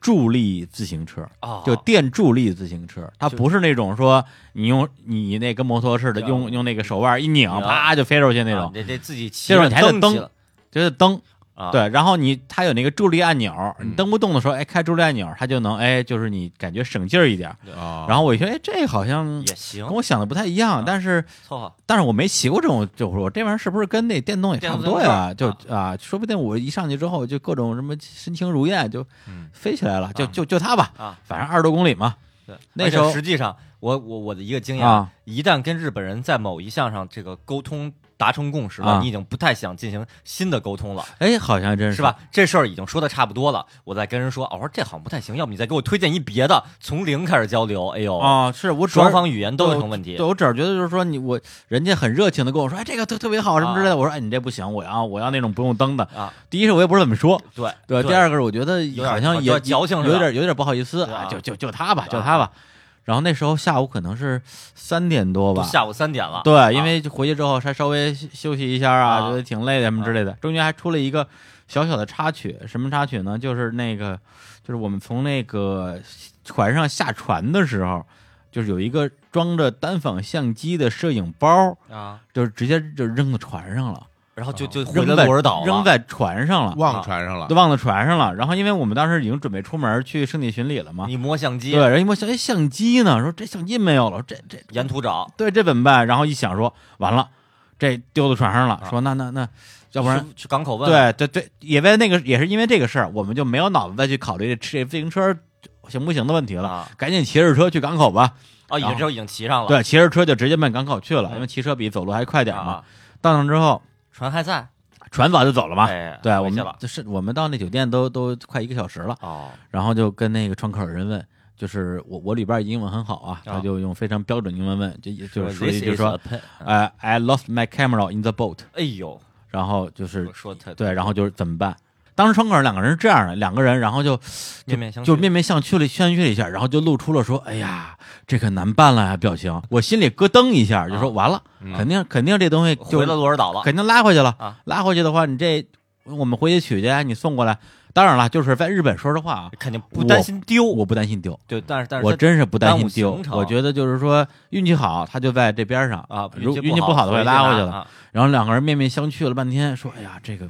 助力自行车。啊就电助力自行车，它就不是那种说你用你那跟摩托似的，对啊用用那个手腕一拧，拧啪就飞出去那啊种，这这自己骑这种着你还得蹬起了就是蹬，啊，嗯对，然后你它有那个助力按钮，你蹬不动的时候，哎，开助力按钮，它就能，哎，就是你感觉省劲儿一点。啊，然后我一听，哎，这好像也啊行跟，我想的不太一样，但是凑合但是我没骑过这种，就是我这玩意儿是不是跟那电动也差不多呀？电就动自啊，说不定我一上去之后就各种什么身轻如燕，就嗯飞起来了，就就就它吧，啊。反正二十多公里嘛，对，那而且时候实际上，我我我的一个经验啊，一旦跟日本人在某一项上这个沟通达成共识啊了，你已经不太想进行新的沟通了。哎，好像真是？吧？这事儿已经说的差不多了，我再跟人说，哦我说这好像不太行，要不你再给我推荐一别的，从零开始交流。哎呦，啊，是我主要双方语言都有成问题对，我只是觉得就是说你我人家很热情的跟我说，哎，这个特特别好什么之类的，我说哎，你这不行，我要我要那种不用灯的。啊。第一是我也不知道怎么说，对对，第二个是我觉得有点好像有也点矫情是吧有点有点不好意思对啊啊，就就就他吧，对就啊他吧。然后那时候下午可能是三点多都吧，下午三点了。啊对，因为就回去之后还稍微休休息一下啊，啊觉得挺累的什么之类的。中间还出了一个小小的插曲，什么插曲呢？就是那个，就是我们从那个船上下船的时候，就是有一个装着单反相机的摄影包，啊，就是直接就扔到船上了，然后就就回啊扔了在鹿儿岛了扔在船上了，忘船上了啊都，忘到船上了。然后因为我们当时已经准备出门去圣地巡礼了嘛，你摸相机啊对，，然后一摸相哎相机呢，说这相机没有了，这这沿途找，对，这怎么办？然后一想说，完了，这丢到船上啊了。说那那那，要不然去去港口问。啊对对对，也为那个也是因为这个事儿，我们就没有脑子再去考虑这这自行车行不行的问题了。啊赶紧骑着车去港口吧。啊，已然后经这已经骑上了。对，骑着车就直接奔港口去了，嗯因为骑车比走路还快点儿嘛。啊，到那之后，船还在船早就走了嘛。哎对，我回去们了就是我们到那酒店都都快一个小时了，哦，然后就跟那个窗口的人问。就是我，我里边英文很好啊，他啊就用非常标准英文问，就就是说 This 一句 is 说 a，pen- 呃，I lost my camera in the boat，哎呦，然后就是我说他对，然后就是怎么办？当时窗口两个人是这样的，两个人，然后就面面相觑就面面相觑了相觑了一下，然后就露出了说：“哎呀，这可难办了呀！”表情，我心里咯噔一下，就说：“完了，肯定肯定这东西就啊嗯回了鹿儿岛了。肯定拉回去了。啊拉回去的话，你这我们回去取去，你送过来。当然了，就是在日本，说实话啊，肯定不担心丢，我不担心丢，对，但是但是我他真是不担耽心误丢行。程我觉得就是说运气好，他就在这边上啊，如气运气不好的话，回拉回去拿了。啊然后两个人面面相觑了半天，说：“哎呀，这个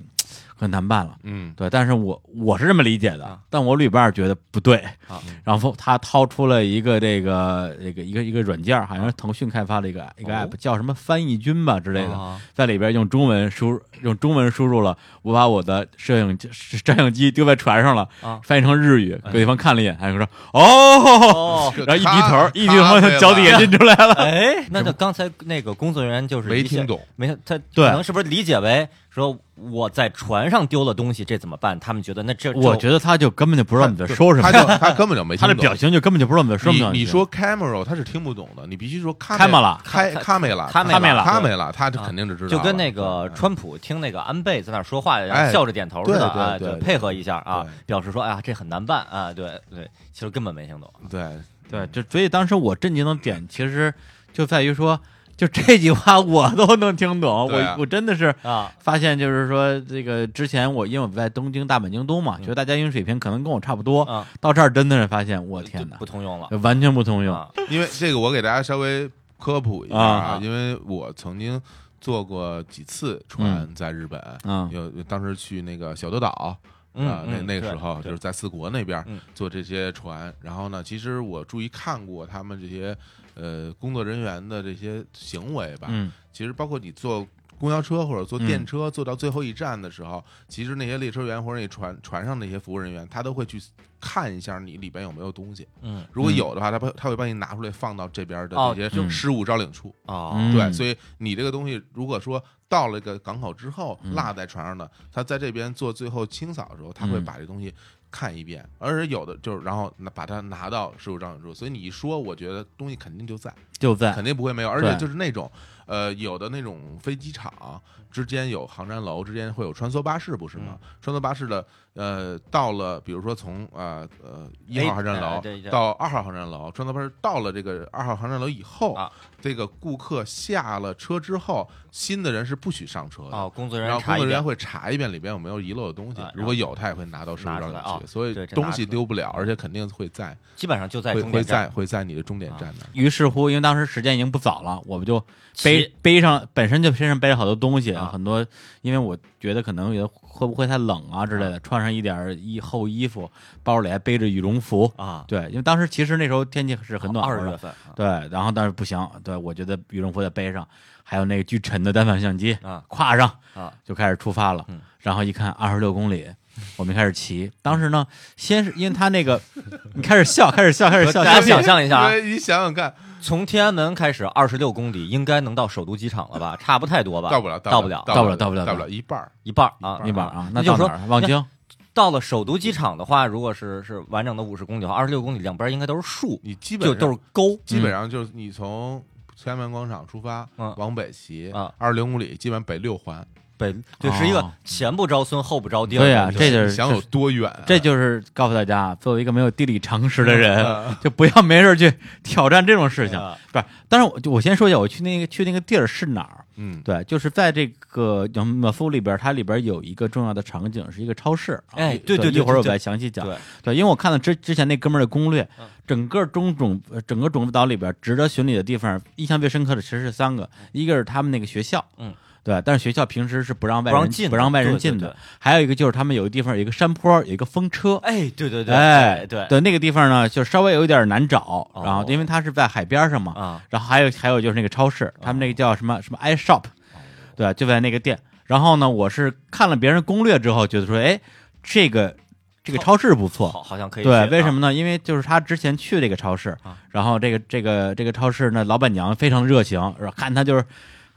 很难办了。嗯对，但是我我是这么理解的啊，但我旅伴觉得不对啊，然后他掏出了一个这个这个一个一个软件儿，好像是腾讯开发的一个一个哦 app，叫什么翻译君吧之类的，啊在里边用中文输入用中文输入了，我把我的摄影机摄影机丢在船上了，啊 翻译成日语，给对方看了一眼，他就说哦，哦，这然后一低咖头，一低咖啡头了脚底下进出来了，哎，那就刚才那个工作人员就是没一下听，懂，没他对可能是不是理解为说我在船上丢了东西，这怎么办？他们觉得那这 我觉得他就根本就不知道你在就是说什他么，就他根本就 没他听的懂。表情就根本就不知道你在说什么。你你说 camera 他是听不懂的，你必须说开门了开开卡梅拉卡梅拉卡梅拉，他肯定是知道嗯就了，啊就跟那个嗯对川普听那个安倍在那儿说话，然哎后笑着点头似的啊，对对对就对配合一下啊对，表示说哎呀这很难办啊，对对，其实根本没听懂。对对，就所以当时我震惊的点其实就在于说，就这句话我都能听懂，对啊我我真的是啊，发现就是说这个之前我因为我在东京、大阪、京东嘛，嗯觉得大家英语水平可能跟我差不多，啊到这儿真的是发现我天就哪不，通用了。完全不通用。啊因为这个，我给大家稍微科普一下啊因为我曾经坐过几次船在日本，嗯有当时去那个小德岛啊、嗯那嗯那个时对候对就是在四国那边嗯坐这些船，然后呢，其实我注意看过他们这些呃工作人员的这些行为吧，嗯，其实包括你坐。公交车或者坐嗯电车，坐到最后一站的时候，其实那些列车员或者那船船上那些服务人员，他都会去看一下你里边有没有东西。嗯如果有的话，他会他会帮你拿出来放到这边的哦这就些失物招领处。哦嗯对，所以你这个东西如果说到了一个港口之后嗯落在船上的，他在这边做最后清扫的时候，他会嗯把这东西看一遍，而且有的就是然后拿把它拿到失物招领处。所以你一说，我觉得东西肯定就在，就哎在肯定不会没有。而且对就是那种呃，有的那种飞机场之间有航站楼之间会有穿梭巴士，不是嗯吗？穿梭巴士的呃，到了比如说从呃呃一号 A- 航站呃楼对对到二号航站楼，穿梭巴士到了这个二号航站楼以后啊，这个顾客下了车之后，新的人是不许上车的。哦，工作人然员查一后工作人遍员会查一遍里边有没有遗漏的东西啊，如果有，他也会拿到失物拿招出领来啊去，所以对这拿东西出来丢不了，而且肯定会在，基本上就在会终会点站啊在会在你的终点站那儿。于是乎，因为当时时间已经不早了，我们就背骑背上本身就身上背着好多东西啊很多，因为我觉得可能有会不会太冷啊之类的，穿上一点儿衣厚衣服，包里还背着羽绒服。啊，对，因为当时其实那时候天气是很暖和哦二月的，份啊对，然后但是不行，对我觉得羽绒服得背上，还有那个巨沉的单反相机啊挎上，啊就开始出发了。嗯然后一看二十六公里，我们就开始骑。当时呢，先是因为他那个，你开始笑，开始笑，开始笑，大家开始笑想象一下啊对你想想看，从天安门开始二十六公里，应该能到首都机场了吧？差不太多吧？到不了，到不了，到到到不了到到不不了了一半儿。一半儿啊，那边儿啊啊，，那就到是哪说儿？望那京。到了首都机场的话，如果是是完整的五十公里的话，二十六公里两边应该都是树，你基本就上都是沟基嗯本上就是你从天安门广场出发，嗯往北骑啊二十六公里，基本上北六环，北，就是一个哦前不着村后不着店。对呀就是这就是你想有多远啊？这就是告诉大家啊，作为一个没有地理常识的嗯人，就不要没事儿去挑战这种事情啊。不是，但是我就我先说一下，我去那个去那个地儿是哪儿？嗯，对，就是在这个叫马夫里边儿，它里边儿有一个重要的场景是一个超市。啊哎对对对对一会儿我对再详细讲。对对，因为我看了之之前那哥们儿的攻略嗯，整个中种呃整个种子岛里边值得巡礼的地方，印象最深刻的其实是三个，一个是他们那个学校，嗯，对，但是学校平时是不让外不让人进的不让外人对对进对的，还有一个就是他们有个地方有一个山坡，有一个风车，哎，对对对，哎，对那个地方呢，就稍微有一点难找，然后哦因为它是在海边上嘛，啊，然后还有还有就是那个超市，哦他们那个叫什么什么 i shop，对，就在那个店。然后呢，我是看了别人攻略之后，觉得说，哎，这个这个超市不错，好好像可以对，去为什啊么呢？因为就是他之前去这个超市啊，然后这个这个这个超市呢，老板娘非常热情，然后看他就是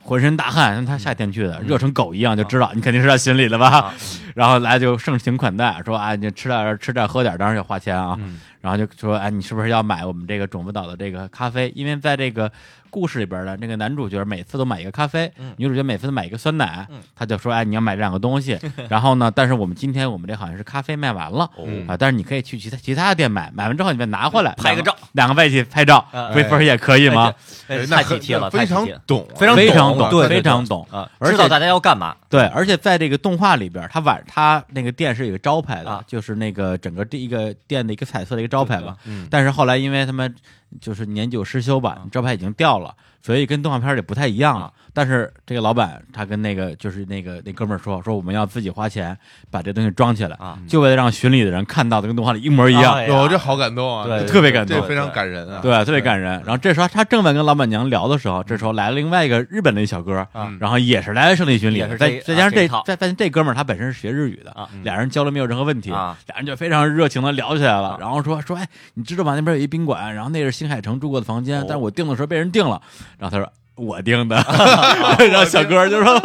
浑身大汗，他夏天去的，嗯热成狗一样，就知道你肯定是要心里的吧啊。然后来就盛情款待，说啊，你吃点吃点喝点，当然要花钱啊。嗯然后就说，哎，你是不是要买我们这个种子岛的这个咖啡？因为在这个故事里边呢，那个男主角每次都买一个咖啡，嗯女主角每次都买一个酸奶嗯，他就说，哎，你要买这两个东 西。然后呢，但是我们今天我们这好像是咖啡卖完哦了，嗯啊，但是你可以去其他其他的店买，买完之后你再拿回来，嗯拍个两照，两个在一起拍照嗯，回分儿也可以吗？哎这哎那哎太很体贴了，那非太体常贴了懂啊，非常非常懂懂，对对非对常懂。啊，而知道且大家要干嘛对，而且在这个动画里边儿，他晚他那个店是有一个招牌的啊，就是那个整个这一个店的一个彩色的一个招牌吧。嗯但是后来因为他们就是年久失修吧，招牌已经掉了，所以跟动画片里不太一样了。但是这个老板他跟那个就是那个那哥们儿说，说我们要自己花钱把这东西装起来，啊就为了让巡礼的人看到的跟动画里一模一样，哎呀哟，这好感动啊，对这特别感动这非常感人啊，对，特别感人。然后这时候他正在跟老板娘聊的时候，嗯这时候来了另外一个日本的一小哥，嗯然后也是来了胜利巡礼啊的，也是再这再加上啊这这一套再但是这哥们儿他本身是学日语的，啊俩人交流没有任何问题，啊俩人就非常热情的聊起来了，啊然后说说哎，你知道吗？那边有一宾馆，然后那是新海诚住过的房间，哦但是我订的时候被人订了，然后他说。我订的， 然后小哥就说，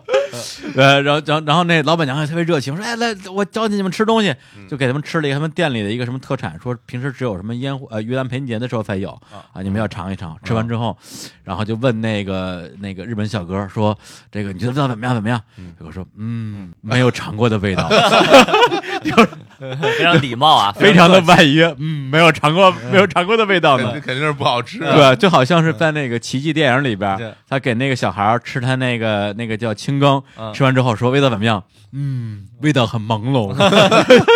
对，然后然后然后那老板娘还特别热情，说哎来，我教你们吃东西，就给他们吃了一个他们店里的一个什么特产，说平时只有什么烟火呃盂兰盆节的时候才有啊，你们要尝一尝。吃完之后，然后就问那个那个日本小哥说这个你觉得味道怎么样怎么样？小哥说嗯，没有尝过的味 道，非常礼貌啊， 非常的客气外约，嗯，没有尝过没有尝过的味道肯呢定。肯定是不好吃啊，对，就好像是在那个奇迹电影里边对儿，他给那个小孩儿吃他那个那个叫青羹，嗯吃完之后说味道怎么样？嗯，味道很朦胧，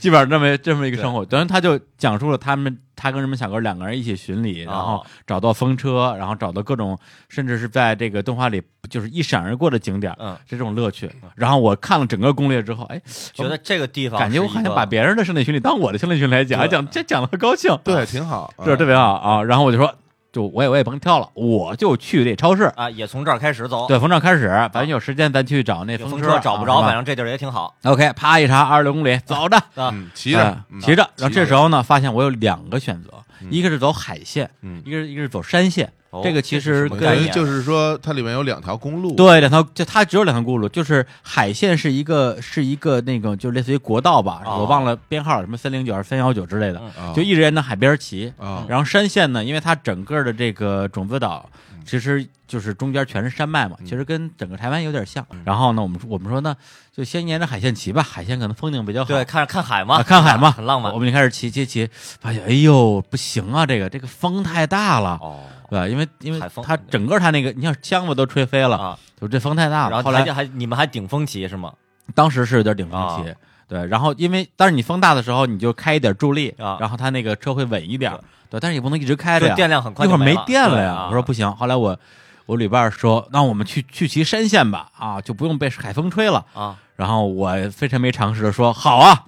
基本上这么这么一个生活。当然，他就讲述了他们他跟人们小哥两个人一起巡哦礼，然后找到风车，然后找到各种，甚至是在这个动画里就是一闪而过的景点儿，嗯这种乐趣。然后我看了整个攻略之后，哎，觉得这个地方感觉我是好一像个把别人的圣地巡礼当我的圣地巡礼来讲，还讲这讲的高兴，对，挺好，啊这特别好啊。然后我就说，就我也我也甭挑了，我就去这超市。啊，也从这儿开始走，对，从这儿开始，咱有时间咱去找那有风车，找不啊着，是吧反正这地儿也挺好 OK，啪一查二十六公里，走 着，啊，嗯，骑着哎骑着。然后这时候，候呢，发现我有两个选择，嗯一个是走海线，嗯一个是一个是走山线。哦这个其实这是什跟么概感觉念啊就是说它里面有两条公嗯路，对两条，就它只有两条公路，就是海线是一个是一个那个就类似于国道吧，哦我忘了编号了，什么三零九还是三幺九之类的，嗯哦啊，就一直沿着海边儿骑。啊，然后山线呢，因为它整个的这个种子岛，嗯其实就是中间全是山脉嘛，其实跟整个台湾有点像。嗯然后呢，我们说我们说呢，就先沿着海线骑吧，海线可能风景比较好。对，看看海嘛，啊，看海嘛，很浪漫我们就开始骑骑骑，发现哎呦不行啊，这个这个风太大了，哦对吧？因为因为海风它整个它那个，你像箱子都吹飞了，啊，就这风太大然了。后后还来还你们还顶风骑是吗？当时是有点顶风啊骑，对。然后因为但是你风大的时候，你就开一点助力，啊然后它那个车会稳一点对，哎对。但是也不能一直开着就呀，电量很快一会儿就没没了电了对呀。啊我说不行，后来我我旅伴说，那我们去去骑山线吧，啊，就不用被海风吹了。啊，然后我非常没常识的说好啊，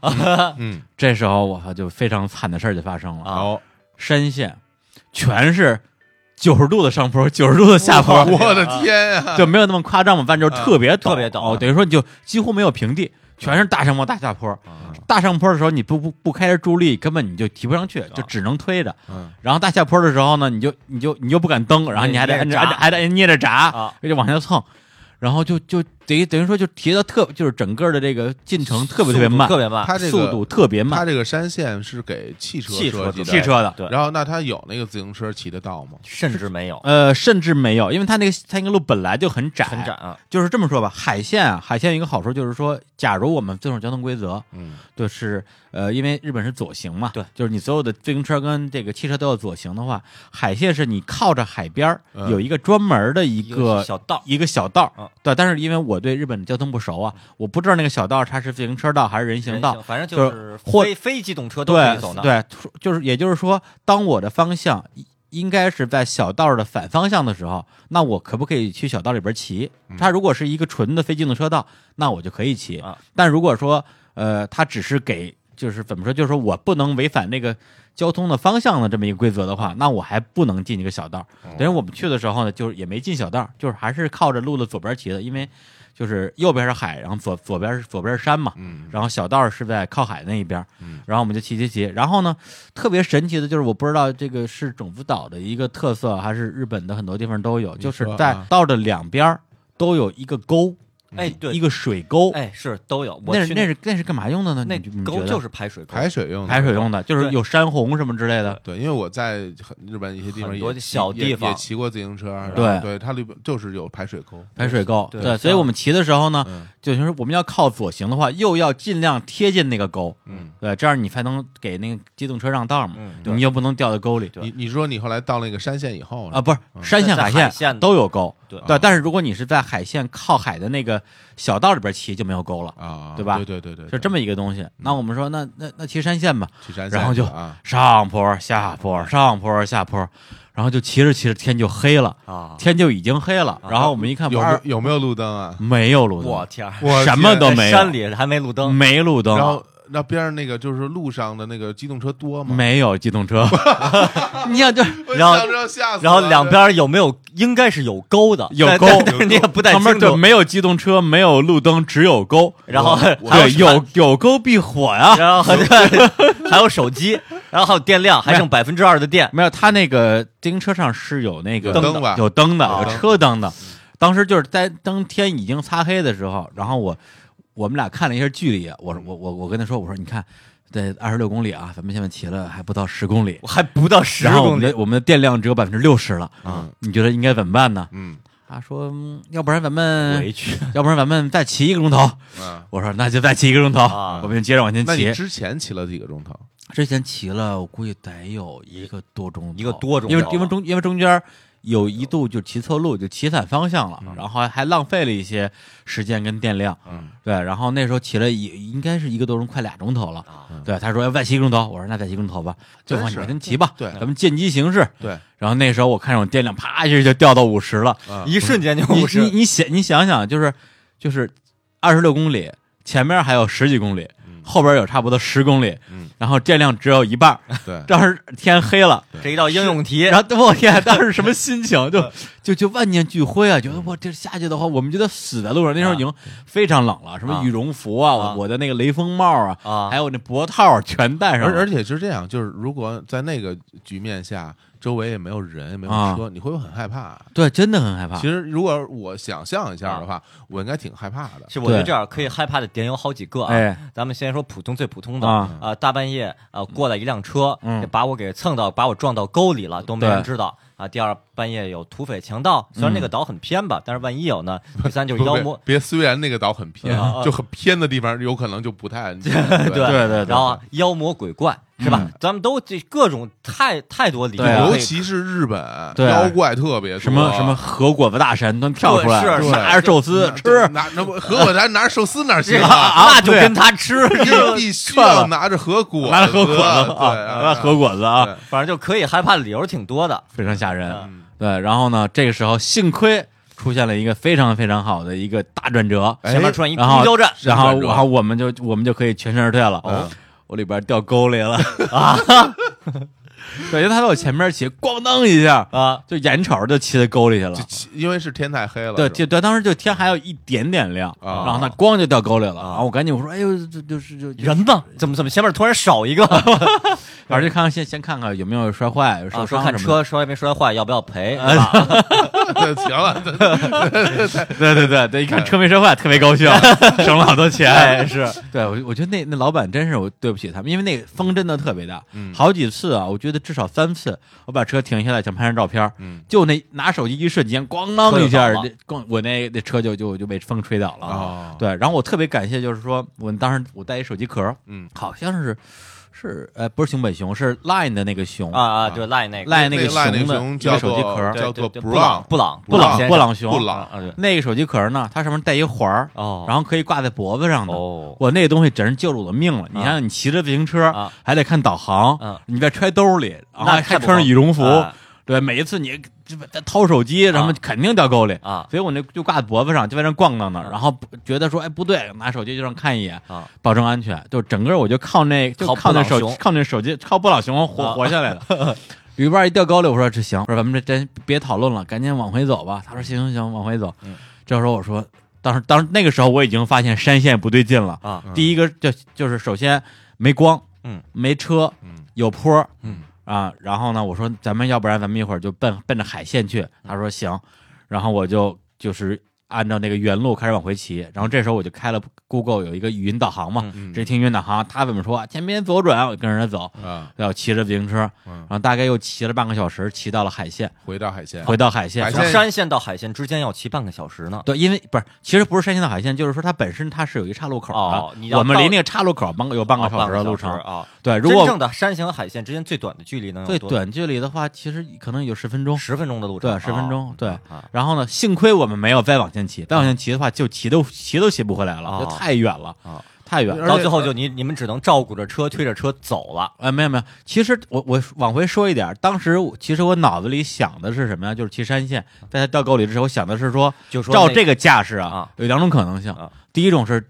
嗯，这时候我操就非常惨的事儿就发生了，啊好，山线全是九十度的上坡， 九十度的下坡，啊我的天呀，就没有那么夸张嘛，反正就是特别陡，嗯特别陡哦等于说你就几乎没有平地，全是大上坡、大下坡。啊大上坡的时候你不不不开着助力，根本你就提不上去，就啊只能推着。嗯，然后大下坡的时候呢，你就你就你又不敢蹬，然后你还得按捏着着闸还得还得捏着闸啊，就往下蹭，然后就就等于等于说就提的特就是整个的这个进程特别特别速度慢，特别慢，它这个啊速度特别它慢，这个山线是给汽车汽车设计的，汽车的。对然后那它有那个自行车骑得到吗？甚至没有，呃，甚至没有，因为它那个它那个路本来就很窄，很窄啊，就是这么说吧，海线啊，海线有一个好处就是说，假如我们遵守交通规则，嗯，就是呃，因为日本是左行嘛，对，就是你所有的自行车跟这个汽车都要左行的话，海线是你靠着海边儿、嗯有一个专门的一呃一个小道一个小道，嗯对。但是因为我对日本的交通不熟啊，我不知道那个小道它是自行车道还是人行人道行，反正就就是是或非非机动车都可对以走的，对，就是也就是说，当我的方向应该是在小道的反方向的时候，那我可不可以去小道里边骑？它如果是一个纯的非机动车道，那我就可以骑。嗯啊但如果说呃，它只是给就是怎么说，就是说我不能违反那个交通的方向的这么一个规则的话，那我还不能进这个小道。哦等于我们去的时候呢，就是也没进小道，就是还是靠着路的左边骑的，因为就是右边是海，然后左左边是左边是山嘛。嗯，然后小道是在靠海那一边，嗯然后我们就骑骑骑。然后呢，特别神奇的就是，我不知道这个是种子岛的一个特色，还是日本的很多地方都有，就是说啊在道的两边儿都有一个沟，哎一对，个水沟。哎是都有，我那是去那是那是干嘛用的呢？那你你觉沟得就是排水沟，排水用的排水用的，就是对有山洪什么之类的。对，因为我在很日本一些地方很也多骑小也地也方骑过自行车，啊然后对对，它里边就是有排水沟，排水沟，对所以我们骑的时候呢，嗯就是说我们要靠左行的话，又要尽量贴近那个沟，嗯，对，这样你才能给那个机动车让道嘛，嗯，你又不能掉到沟里。对你你说你后来到那个山线以后嗯啊，，不是山线、在海海线线的都有沟，对对，但是如果你是在海线靠海的那个小道里边骑，就没有沟了，啊，对吧对对对对，嗯是这么么一个东西。那我们说，那那那骑山线吧，去山然后赛就去啊，上坡下坡，上坡下坡，然后就骑着骑着天就黑了，啊，天就已经黑了。然后我们一看，有不没是有有没有路灯啊？没有路我灯，天儿， 我什么天都在没有，嗯山里还没路灯，没路灯，啊然后那边上那个就是路上的那个机动车多 吗？，没有机动车。你想，就然后吓死然后了两边有没有应该是有沟的，有但沟但但你也不太旁边清对楚。没有机动车，没有路灯，只有沟。然后我还对，有有沟必火啊呀。然 后对还有手机，然后还有电量，还剩百分之二的电。没有，他那个自行车上是有那个有灯吧？有灯的，啊有车灯的。当时就是在当天已经擦黑的时候，然后我我们俩看了一下距离，我说我我我跟他说，我说你看，这二十六公里啊，咱们现在骑了还不到十公里，我还不到十然后我公们里的我们的电量只有百分之六十了，嗯你觉得应该怎么办呢？嗯他说，嗯要不然咱们回去要不然咱们再骑一个钟头。啊，我说那就再骑一个钟头，啊我们就接着往前那骑你。之前骑了几个钟头？之前骑了，我估计得有一个多钟头，一个多钟头因啊为因为中因为中间有一度就骑错路，就骑反方向嗯了，然后还还浪费了一些时间跟电量。嗯，对，然后那时候骑了一应该是一个多钟，快俩钟头了。啊对，他说要再骑一个钟头，我说那再骑一个钟头吧，就真往是前骑吧，对咱们见机行事。对，然后那时候我看着我电量啪一下就掉到五十了，啊嗯一瞬间就你你五十。你想你想想，就是就是二十六公里，前面还有十几公里，嗯后边有差不多十公里，嗯然后电量只有一半 儿，对，当时天黑了，这一道应用题然，后我天，当时什么心情？嗯就就就万念俱灰啊，觉得我这下去的话，我们就得死在路上。那时候已经非常冷了，什么啊羽绒服啊，啊我我的那个雷锋帽啊，啊还有那脖套儿全戴上而了，而且是这样，就是如果在那个局面下，周围也没有人，也没有啊车，你会不会很害怕？对，真的很害怕其。实，如果我想象一下的话，我应该挺害怕的。是我觉得对这样可以害怕的点有好几个啊。哎咱们先说普通最普通的啊呃大半夜呃过来一辆车，嗯把我给蹭到，把我撞到沟里了，都没人对嗯知道啊。第二，半夜有土匪强盗，虽然那个岛很偏吧，但是万一有 呢？第三就是不妖别魔，别，虽然那个岛很偏啊啊，就很偏的地方，有可能就不太对 对啊对对嗯然后妖魔鬼怪是吧？咱们都这各种太太多理由对啊可以，尤其是日本，对妖怪特别多，什么什么核果子大神都跳出来，对是拿着寿司那吃，拿那不和我咱拿着寿司哪这 行个啊？那就对跟他 吃，必必须要拿着和果子，拿着核果子啊，对拿着核果子啊，对反正就可以害怕的理由挺多的。非常吓人。嗯对，然后呢，这个时候幸亏出现了一个非常非常好的一个大转折，哎前面出现一然后公交站然是后转折然后我们就我们就可以全身而退了。哦，我里边掉沟里 了啊！对，因为他在我前面骑，咣当一下，啊，就眼瞅着就骑到沟里去了就。其因为是天太黑了，对，是吧就对，当时就天还有一点点亮，啊然后他咣就掉沟里了。啊然后我赶紧我说：“哎呦，这就是就人呢？怎么怎么前面突然少一啊个？反正就看看先先看看有没有摔坏、有啊，受说伤看什么的。哎车摔没摔坏，要不要赔？啊 对行了，对 对对对对，一看车没摔坏，特别高 兴，省了好多钱。哎是对，我我觉得那那老板真是我对不起他们，因为那个风真的特别大，嗯好几次啊，我觉得至少三次，我把车停下来想拍张照片，嗯就那拿手机一瞬间，咣当车就一下倒，了这咣我那那车就就就被风吹倒了。啊哦，对，然后我特别感谢，就是说我当时我带一手机壳，嗯，好像是是呃不是熊本熊，是 Line 的那个熊啊，啊，对赖那个赖那那个赖那熊的熊一个叫手机做壳，对叫对做对布布朗朗布朗布朗先生布朗熊，布朗啊啊对那个手机壳呢，它上面带一环儿，哦，然后可以挂在脖子上的。哦我那个东西真是救了我的命了！你想想，你骑着自行车、啊还得看导航，嗯你再揣兜里，然后那还太还不穿着羽绒服，好哎对，每一次你这这掏手机，然后肯定掉沟里啊所以我那就挂在脖子上，就在那逛荡呢，啊然后不觉得说，哎，不对，拿手机就让看一眼，啊保证安全。就整个我就靠那就靠靠布那朗手熊靠那手机靠布朗熊活、啊活下来的。 有一半一掉沟里，我说这行，我说咱们这真别讨论了，赶紧往回走吧。他说行行行，往回走。嗯这时候我说，当时当时那个时候我已经发现山线不对劲了。啊嗯第一个就就是首先没光，嗯，没车，嗯有坡，嗯啊，然后呢，我说咱们要不然咱们一会儿就奔奔着海线去，他说行，然后我就就是按照那个原路开始往回骑。然后这时候我就开了 Google 有一个语音导航嘛，嗯直接听语音导航，他怎么说啊前边左转，我就跟着他走，啊，然后骑着自行车，嗯然，后大概又骑了半个小时，骑到了海线，回到海鲜，回到海线。海然线后从山县到海县之间要骑半个小时呢。对，因为不是，其实不是山线到海线，就是说它本身它是有一个岔路口的。哦你要我们到离那个岔路口半个有半个啊小时的路程。啊。对，如真正果的山行和海线之间最短的距离能有最多短距离的话，其实可能也就十分钟。十分钟的路程，对，十分啊钟。对，啊，然后呢，幸亏我们没有再往前骑，再往前骑的话，就骑都骑都骑不回来了，哦就太远了哦，太远而了。且到最后就你你们只能照顾着车，推着车走了。哎，没有没有，其实我我往回说一点，当时我其实我脑子里想的是什么呀？就是骑山线，在它掉沟里之前，我想的是说，就说照那这个架势啊，啊有两种可能性。啊第一种是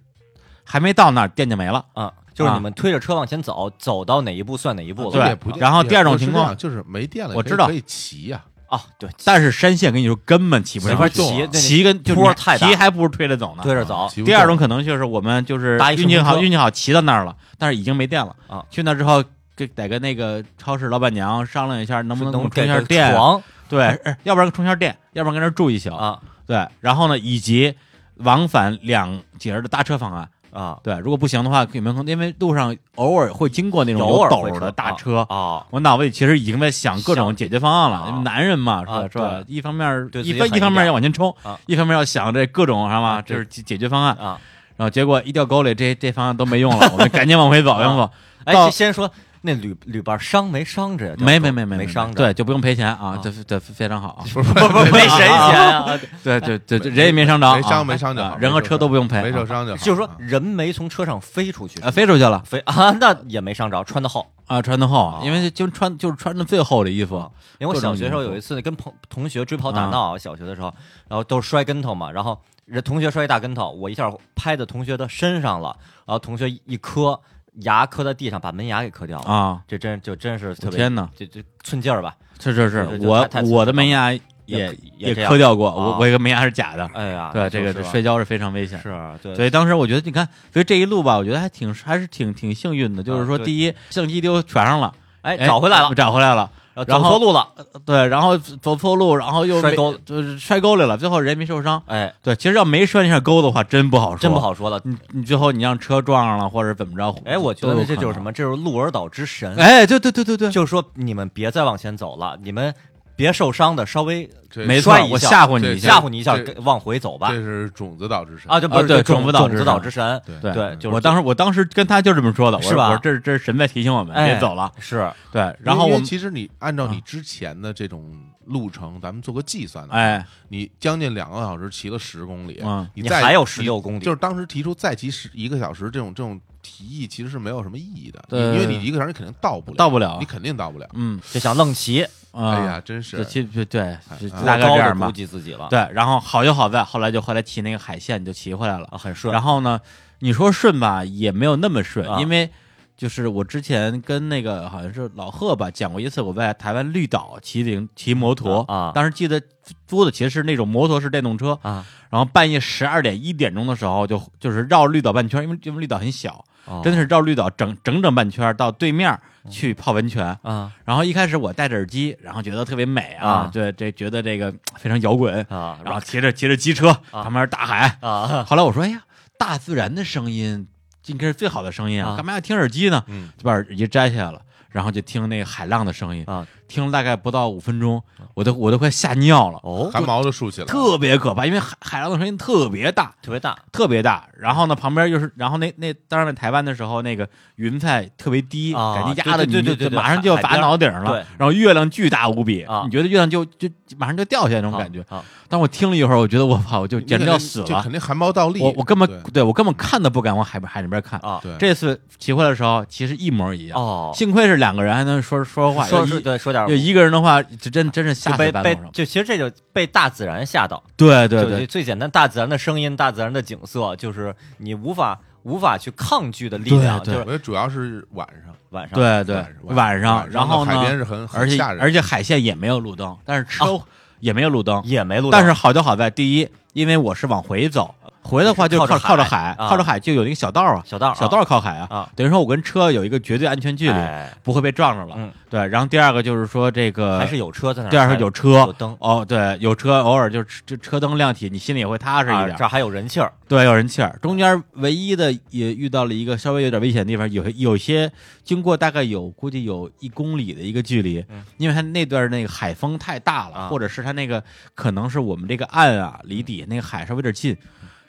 还没到那儿电就没了，啊，就是啊你们推着车往前走，走到哪一步算哪一步了。对也不见然后第二种也不是情况这样就是没电了，我可以知道可以骑呀，啊，对，但是山线跟你说根本骑不没上法去，骑，那你骑跟就是坡太大骑还不如推着走呢。推着走啊，骑不第二动种可能就是我们就是搭一运气顺风好，车运气好骑到那儿了，但是已经没电了啊去那之后，给得跟那个超市老板娘商量一下，能不能给我能们充一给下个电？床对， 哎要不然充一下电，要不然跟这儿住一宿。啊对，然后呢，以及往返两节儿的搭车方案。啊，对，如果不行的话，可以没空，因为路上偶尔会经过那种偶尔有会斗的车大啊车。啊，我脑子里其实已经在想各种解决方案了，啊因为男人嘛，是吧？啊是吧？一方面对自一己方狠一一方面点要往前冲啊，一方面要想这各种什么，啊就对是解解决方案。啊，然后结果一掉沟里，这这方案都没用 了，我们赶紧往回走，啊往回走。哎，到先先说那旅旅伴伤没伤着呀？没没没没没没伤着，对，就不用赔钱啊啊，这这非常好啊。不是不不 没谁钱啊， 对对对，对人也没伤着啊，没伤没伤就啊好人和没受车都不用赔。没啊受伤就好，就是说啊人没从车上飞出去，啊，飞出去了飞啊，那也没伤着，穿的厚。啊，穿的厚啊，因为就穿就是穿的最厚的衣服，啊因为我各种啊小学时候元素有一次跟朋同学追跑打闹，小学的时候，然后都是摔跟头嘛，然后人同学摔一大跟头，我一下拍在同学的身上了，然后同学一磕牙磕在地上，把门牙给磕掉了。啊，这真就真是特别天哪，这这寸劲儿吧？是是是这这，这我太太我的门牙也也也这样磕掉过，我啊我一个门牙是假的。哎呀，对，这个就是是摔跤是非常危险。是啊对所以当时我觉得，你看，所以这一路吧，我觉得还挺还是挺挺幸运的。就是说，啊对第一，相机丢船上了，哎哎找回来了，找回来了。然呃走后错路了，对，然后走错路，然后又摔没沟了就是摔沟里了，最后人没受伤。哎，对，其实要没摔那下沟的话，真不好说，真不。好说了。你你最后你让车撞上了，或者怎么着？哎，我觉得这就是什么？么？这就是鹿儿岛之神， 哎，对对对对对，就是说你们别再往前走了，你们别受伤的，稍微这没错摔，一我下吓唬你对一下吓。唬你一下，这跟往回走吧这。是种子导致神啊，这不啊是对这种种子子岛之神岛之神，对对对就是我当时我当时跟他就这么说的，我说是吧我说这是这是神在提醒我们哎别走了。是对，然后因为我们其实你按照你啊之前的这种路程，咱们做个计算的话，哎你将近两个小时骑了十公里，嗯你你再还有16公里就是当时提出再骑十一个小时这种这种提议，其实是没有什么意义的，对因为你一个小时你肯定到不了，到不了你肯定到不了。嗯就想愣骑，啊，哎呀，真就是其对对，就哎大概这高的样吧估。计自己了，对，然后好就好在后来就后来骑那个海线就骑回来了。啊，很顺。然后后呢，你说顺吧，也没有那么顺，啊因为就是我之前跟那个好像是老贺吧讲过一次，我在台湾绿岛骑自行骑摩托啊啊当时记得租的其实是那种摩托式电动车，啊，然后半夜十二点一点钟的时候就就是绕绿岛半圈，因为因为绿岛很小，哦真的是绕绿岛整整整半圈到对面去泡温泉。啊然后一开始我戴着耳机，然后觉得特别美啊，啊对这觉得这个嗯非常摇滚，啊，然后骑着骑着机车，啊旁边大海。啊，后来我说，哎呀，大自然的声音应该是最好的声音啊，啊干嘛要听耳机呢？嗯，就把耳机摘下来了，然后就听那个海浪的声音啊，听了大概不到五分钟，我都我都快吓尿了，哦，汗毛都竖起来了，特别可怕，因为海海浪的声音特别大，特别大特别大。然后呢，旁边又是，然后那那当然在台湾的时候，那个云彩特别低，啊感觉压的你对对对就对对马上就要砸脑顶上海了边。然后月亮巨大无比，啊你觉得月亮就就马上就掉下来那种啊感觉。啊，但我听了一会儿，我觉得我靠，我就你简直肯要定死就了肯。定汗毛倒立。我我根本对对我根本看都不敢往海边海里边看。啊对这次骑回来的时候，其实一模一样。哦，幸亏是两个人还能说说话，说要说一对说点要一个人的话，这真真是吓就死被半被路上。就其实这就被大自然吓到，对对就对就最简单，大自然的声音、大自然的景色，就是你无法无法去抗拒的力量，对就对是我觉得主要是晚上，晚上对对晚，上晚上，然后的海呢边？是很很而且吓人的，而且海线也没有路灯，但是车也没有路灯。也没路灯，但是好就好在，第一，因为我是往回走，回的话就靠着靠海靠着海，啊靠着海就有一个小道啊，小道儿小道靠海啊啊，等于说我跟车有一个绝对安全距离，哎不会被撞着了。嗯对，然后第二个就是说这个还是有车在那儿开第的，二是有车有灯，哦，对，有车，偶尔就是这车灯亮起，你心里也会踏实一啊点。这儿还有人气儿，对，有人气儿。中间唯一的也遇到了一个稍微有点危险的地方，有有些经过大概有估计有一公里的一个距离，嗯因为它那段那个海风太大了，啊或者是它那个可能是我们这个岸啊离底下那个海稍微有点近，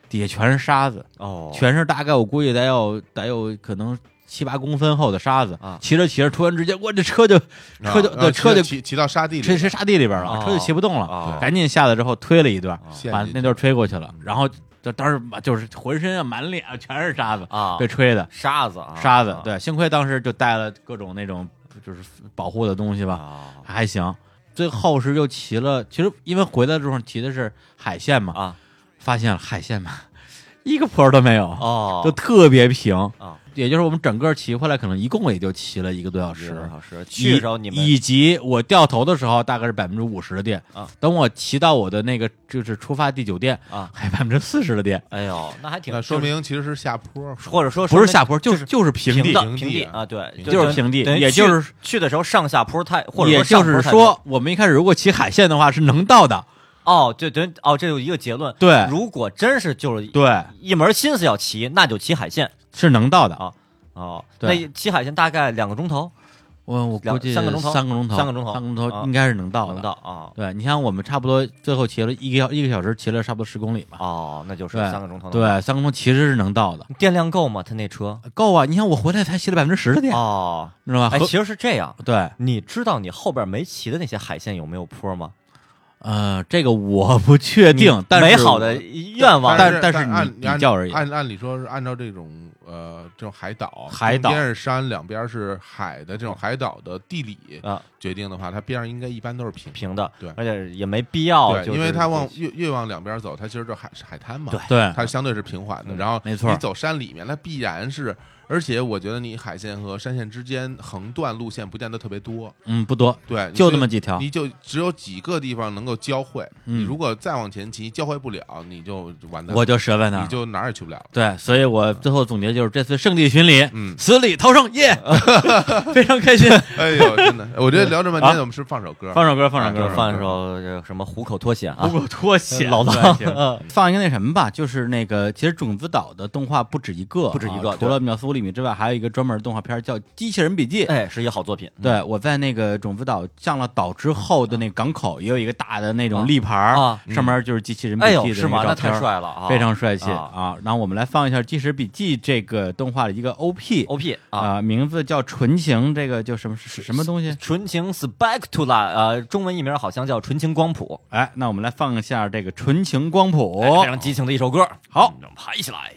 底下全是沙子，哦，全是大概我估计得有得有可能。七八公分厚的沙子，啊骑着骑着，突然之间，我这车就车就啊对啊车就骑骑骑到沙地车里，车沙地里边了，哦车就骑不动了，哦赶紧下来之后推了一段，陷把进那去段吹过去了，嗯然后就当时把就是浑身啊满脸啊全是沙子，啊，被吹的沙子啊，沙子啊，对，幸亏当时就带了各种那种就是保护的东西吧，啊还行。最后是又骑了，其实因为回来的时候骑的是海线嘛，啊发现了海线嘛，一个坡儿都没有，哦，就特别平，啊，也就是我们整个骑回来可能一共也就骑了一个多小一个多时。小时去的时候你们以以及我掉头的时候大概是百分之五十的电，啊等我骑到我的那个就是出发地酒店啊，还百分之四十的电，哎呦，那还挺那说就是明其实是下坡，或者说不说是明下坡，就是就是平地的，平平地啊，对，就就是平地等于也去就是去的时候上下坡太，或者也上就是坡太说，我们一开始如果骑海线的话是能到的，多哦，这等于哦，这有一个结论，对如果真是就是对，一门心思要骑，那就骑海线是能到的。啊。哦，那对骑海线大概两个钟头我我估两计三个钟头三个钟头，三三个钟头啊应该是能到能的到。啊。对，你像我们差不多最后骑了一个小一个小时，骑了差不多十公里吧。哦，那就是对三个钟头。，对，三个钟头其实是能到的，电量够吗？他那车？够啊！你看我回来才骑了百分之十的电，哦，你知道吧？哎，和其实是这样。对，你知道你后边没骑的那些海线有没有坡吗？呃，这个我不确定，但是嗯美好的我愿望，但是但是按你你按比较而已按按理说是按照这种呃这种海岛，海岛中间是山，两边是海的这种海岛的地理啊决定的话，它边上应该一般都是平。平的，对而且也没必要，对，就是因为它往越越往两边走，它其实就海是海滩嘛，对对它相对是平缓的。嗯然后没错你走山里面，那必然是，而且我觉得你海线和山线之间横断路线不见得特别多，嗯不多，对，你就那么几条。你就只有几个地方能够交汇。嗯你如果再往前骑，交汇不了，你就完蛋了，我就折在那儿你了。就哪儿也去不了了。对，所以我最后总结就是这次圣地巡礼，嗯死里逃生， 耶，非常开心。哎 呦，真的，我觉得聊这么半天，啊我们是放首歌，放首歌，放呃首就歌，是放放一首这个什么虎口脱险啊虎，口脱险，老对道行嗯放一个那什么吧，就是那个，其实种子岛的动画不止一个啊，不止一个除了《秒速五厘米》之外，还有一个专门动画片叫《机器人笔记》。哎，是一好作品。对，我在那个种子岛降了岛之后的那个港口，也有一个大的那啊种立牌儿啊上面就是机器人笔哎记呦，的是吗？那个照片太儿，帅了啊，非常帅气啊啊！然后我们来放一下《机器人笔记》这个动画的一个 OP OP 啊。啊，名字叫《纯情》，这个叫什么是什么东西？纯情 Spectula，呃，中文译名好像叫《纯情光谱哎，那我们来放一下这个《纯情光》谱哎，》非常激情的一首歌。哦好嗯，拍起来。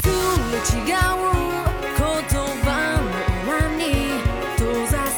すれ違う言葉の裏に閉ざさ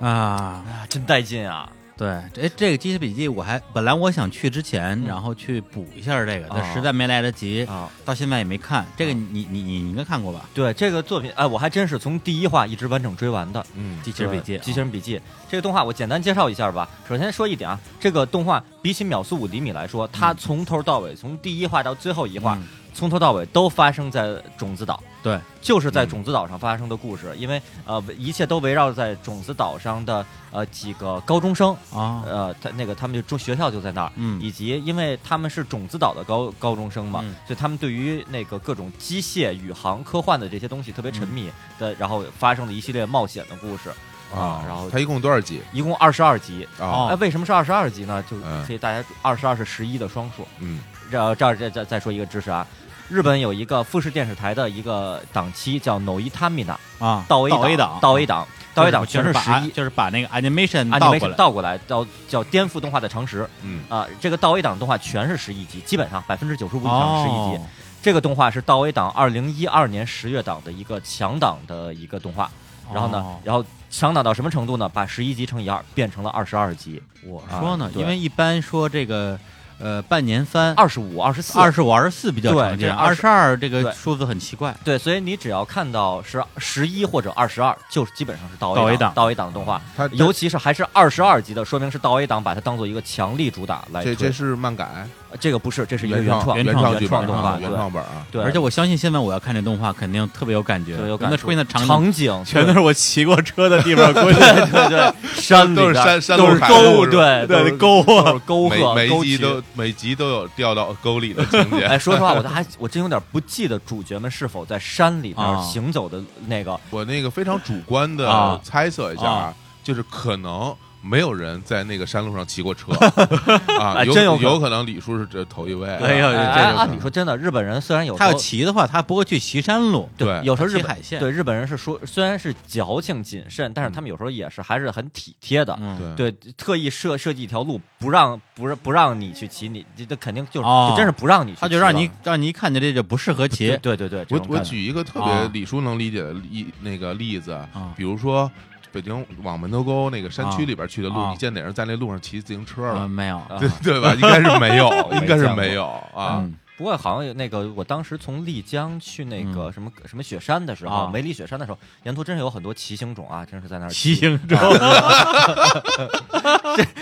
嗯带劲啊！对，这这个《机器笔记》，我还本来我想去之前，然后去补一下这个，但嗯哦实在没来得及，啊，到现在也没看。这个你你你你应该看过吧？对这个作品，哎，我还真是从第一话一直完整追完的。嗯《机器人笔记啊对》机器人笔记这个动画，我简单介绍一下吧。首先说一点啊，这个动画比起《秒速五厘米》来说，它从头到尾，从第一话到最后一笔话，从头到尾都发生在种子岛。嗯对，就是在嗯种子岛上发生的故事，因为呃，一切都围绕在种子岛上的呃几个高中生，啊，呃，他那个他们就中学校就在那儿，嗯以及因为他们是种子岛的高高中生嘛，嗯所以他们对于那个各种机械、宇航、科幻的这些东西特别沉迷的，然后发生了一系列冒险的故事，啊然后它一共多少集啊一共二十二集。哦哎，为什么是二十二集呢？就嗯可以大家二十二是十一的双数。嗯这这儿再再再说一个知识啊，日本有一个富士电视台的一个档期叫 No i t a m i n a 啊，到 A 档，到 A 档，，嗯档到 A 档，到 A 就档全是是把十一。就是把那个 animation 倒过 animation 来。倒过来叫叫颠覆动画的常识嗯啊、这个到 A 档动画全是十一集，基本上百分之九十五以上是十一集。哦，这个动画是到 A 档二零一二年十月档的一个强档的一个动画，然后呢，哦然后强档到什么程度呢？把十一集乘以二变成了二十二集，我说呢啊，对因为一般说这个呃半年番二十五、二十四、二十五、二十四比较对常见，这二十二这对个数字很奇怪。对，所以你只要看到是十一或者二十二，就是基本上是到到 A A 嗯档档到 A 档的动画，它尤其是还是二十二集的，说明是到 A 档把它当做一个强力主打来推。这这是漫改，呃这个不是，这是一个原原创创原创创剧原本动啊画，原对创本啊，对，而且我相信现在我要看这动画，肯定特别有感觉。特别有感那觉出现在场景，场景全都对是我骑过车的地方，估计对对 山里都是边山山都路是海沟，路是对对都是沟啊都是沟壑每每沟集渠。都每集都有掉到沟里的情 节。哎，说实话，我都还我真有点不记得主角们是否在山里边啊行走的那个我那个非常主观的啊猜测一下啊啊，就是可能没有人在那个山路上骑过车啊，哎有真有可能有可能李叔是这头一位。啊哎呦哎这哎就按理说真的，日本人虽然有 时他候要骑的话，他不会去骑山路。对有时候骑日本海线对日本人是说，虽然是矫情谨慎，但是他们有时候也是还是很体贴的。嗯，对对，特意设设计一条路，不让不让不让你去骑，你这这肯定就是、哦就真是不让你去骑他了，就让你让你一看见这就不适合对骑。对对对，这我种我感觉举一个特别啊李叔能理解的例那个例子啊，比如说北京往门头沟那个山区啊里边去的路，啊你见哪人在那路上骑自行车嗯，了？没有。啊对对吧？应该是没有，没应该是见过没有啊。嗯不过好像有那个，我当时从丽江去那个什么、什么雪山的时候，嗯啊梅里雪山的时候，沿途真是有很多骑行种啊，真是在那儿骑骑。行中，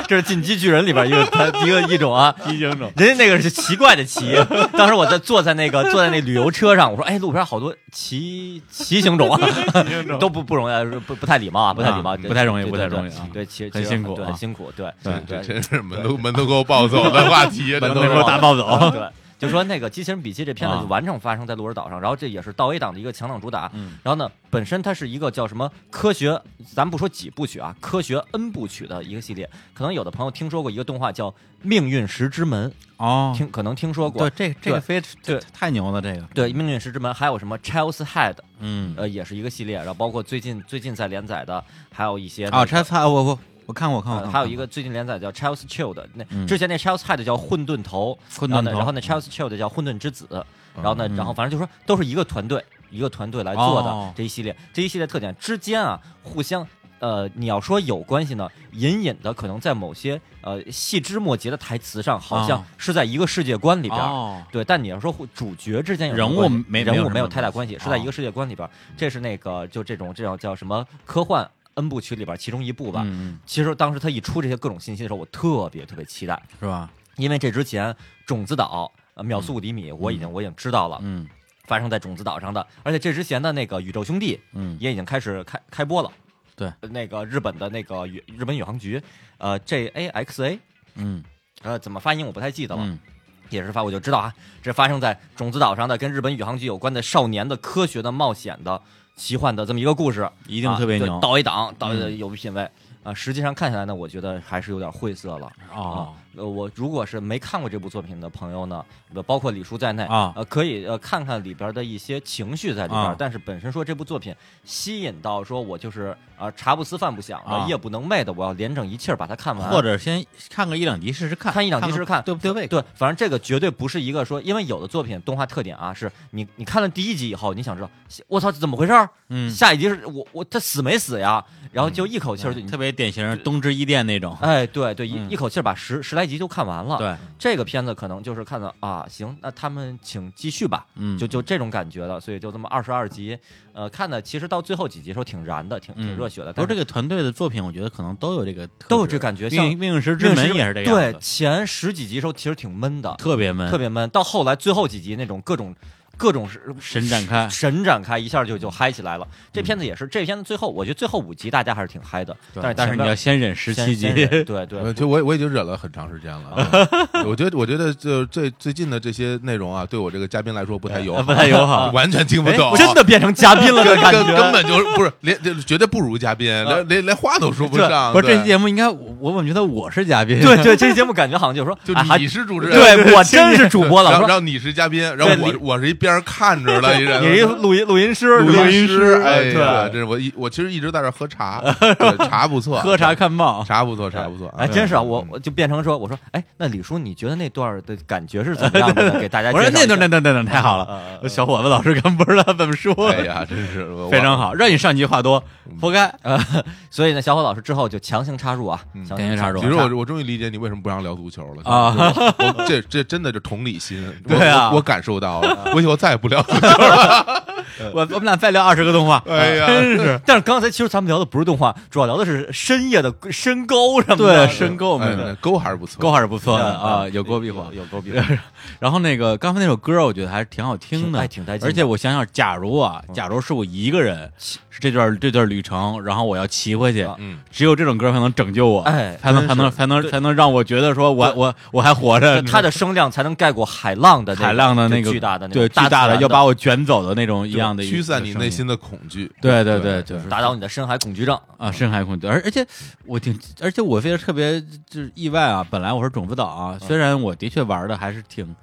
这是 进击巨人里边一个一个一种啊， 骑行中，人家那个是奇怪的骑， 当时我在坐在那个坐在那旅游车上，我说哎，路边好多骑骑行种啊， 都不不容易，不不太礼貌啊，不太礼貌，啊对不太容易对不太容易对啊对，骑很骑辛苦对啊辛苦，对对这嗯真是门头门头沟暴走的 话题，啊门真头的沟是大暴走。对。 就说那个《机器人笔记》这片子啊就完整发生在鹿儿岛上，然后这也是到 A 档的一个强档主打。嗯然后呢，本身它是一个叫什么科学，咱不说几部曲啊，科学 N 部曲的一个系列。可能有的朋友听说过一个动画叫《命运石之门》，哦，听可能听说过对，。这这个非对这太牛了，这个对，《命运石之门》还有什么《Child's Head》，嗯呃，也是一个系列，然后包括最近最近在连载的，还有一些那啊，个拆菜我我我看过我看过，呃看过还有一个最近连载叫 Charles Child，那、嗯之前那 Charles Head 叫混沌头，混然沌后呢，头，啊然后呢 Charles Child 叫混沌之子，然后呢，嗯然后反正就说都是一个团队，一个团队来做的、哦这一系列，这一系列特点之间啊，互相。呃，你要说有关系呢，隐隐的可能在某些呃细枝末节的台词上，好像哦是在一个世界观里边儿，哦，对，但你要说互主角之间有什么人物关系没没人有物什没有么太大关关系，系啊是在一个世界观里边儿。这是那个就这种这种叫什么科幻 N 部曲里边儿其中一部吧。嗯，嗯其实当时他一出这些各种信息的时候，我特别特别期待，是吧？因为这之前种子岛。呃，秒速五厘米，我已经我已经知道了，嗯发生在种子岛上的，而且这之前的那个宇宙兄弟嗯，也已经开始开开播了，对呃，那个日本的那个宇日本宇航局，呃，JAXA，嗯呃，怎么发音我不太记得了，嗯也是发，我就知道啊，这发生在种子岛上的跟日本宇航局有关的少年的科学的冒险的奇幻的这么一个故事，一定特别啊牛对倒一档，倒一嗯有品位啊。实际上看下来呢，我觉得还是有点晦涩了。哦啊，呃，我如果是没看过这部作品的朋友呢，呃包括李叔在内啊呃，可以呃看看里边的一些情绪在里边，啊但是本身说这部作品吸引到说我就是啊、呃茶不思饭不想的，啊夜不能寐的，我要连整一气儿把它看完，或者先看个一两集试试看，啊看一两集试试看对不对味？对，反正这个绝对不是一个说，因为有的作品动画特点啊，是你你看了第一集以后，你想知道，我操，怎么回事儿？嗯，下一集是我我他死没死呀？然后就一口气儿就、特别典型《东之伊甸》那种。哎，对对，一、嗯一口气儿把十十来集啊就看完了。对，这个片子可能就是看到啊，行，那他们请继续吧，嗯，就就这种感觉的，所以就这么二十二集，呃，看的其实到最后几集的时候挺燃的，挺挺嗯热血的，不是这个个团队的作品，我觉得可能都有这个特质，都有这感觉，像命命运石之门也是这个样对子，前十几集的时候其实挺闷的，特别闷，特别闷，到后来最后几集那种各种各种是神展开。嗯神展开，一下就就嗨起来了。这片子也是，这片子最后我觉得最后五集大家还是挺嗨的，对但是但是前你面要先忍十先七集先， 忍对对呃，就我我已经忍了很长时间 了。我觉得我觉得就最最近的这些内容啊，对我这个嘉宾来说不太友好，啊不太友好完全听不哎懂，真的变成嘉宾了的根感根根觉。本就是不是连就绝对不如嘉宾，连连连话都说不这上。不是这期对节目应该我我怎么觉得我是嘉宾？ 对对，这期节目感觉好像就是说，哎就还你是主持人，对我真是主播了，然我 后说然后你是嘉宾，然后对我我是一边儿看着的一人，你是一录音录音师，录是吧音哎呀，对这。是我一我其实一直在这儿 喝茶，对茶不错，喝茶看报，茶不错，茶不错，哎，真是啊，我嗯我就变成说，我说，哎，那李叔，你觉得那段儿的 感觉是怎么样的呢？给大家我说介那绍一下等等等等等太好了，呃小伙子老师刚不知道怎么说， 哎 呀，真是我非常好，让你上集话多，嗯活该。啊 所以呢，小伙老师之后就强行插入啊，嗯强强行插入其实我我终于理解你为什么不让聊足球了啊！嗯 我我这这真的是同理心，我对啊我我感受到了，我以后再也不聊足 球了。嗯我我们俩再聊二十个动画，哎呀真是 但是刚才其实咱们聊的不是动画，主要聊的是深夜的身高什么的。 对深沟我哎们勾还是不错，勾还是不错的啊，嗯有郭碧华。有勾比 然后那个刚才那首歌，我觉得还是挺好听的，挺哎挺带劲的嗯而且我想想，假如啊，假如是我一个人，是这段这段旅程，然后我要骑回去啊，嗯，只有这种歌才能拯救我，哎才能才真是能才能才能让我觉得说我我我还活着。它的声量才能盖过海浪的那个嗯海浪的那就个巨大的那对种巨大自的然要把我卷走的那种一样的一驱散你声音内心的恐惧。对对对，就是打倒你的深海恐惧症。啊，深海恐惧，而而且我挺，而且我非常特别就是意外啊。本来我是种子岛啊，嗯虽然我的确玩的还是挺，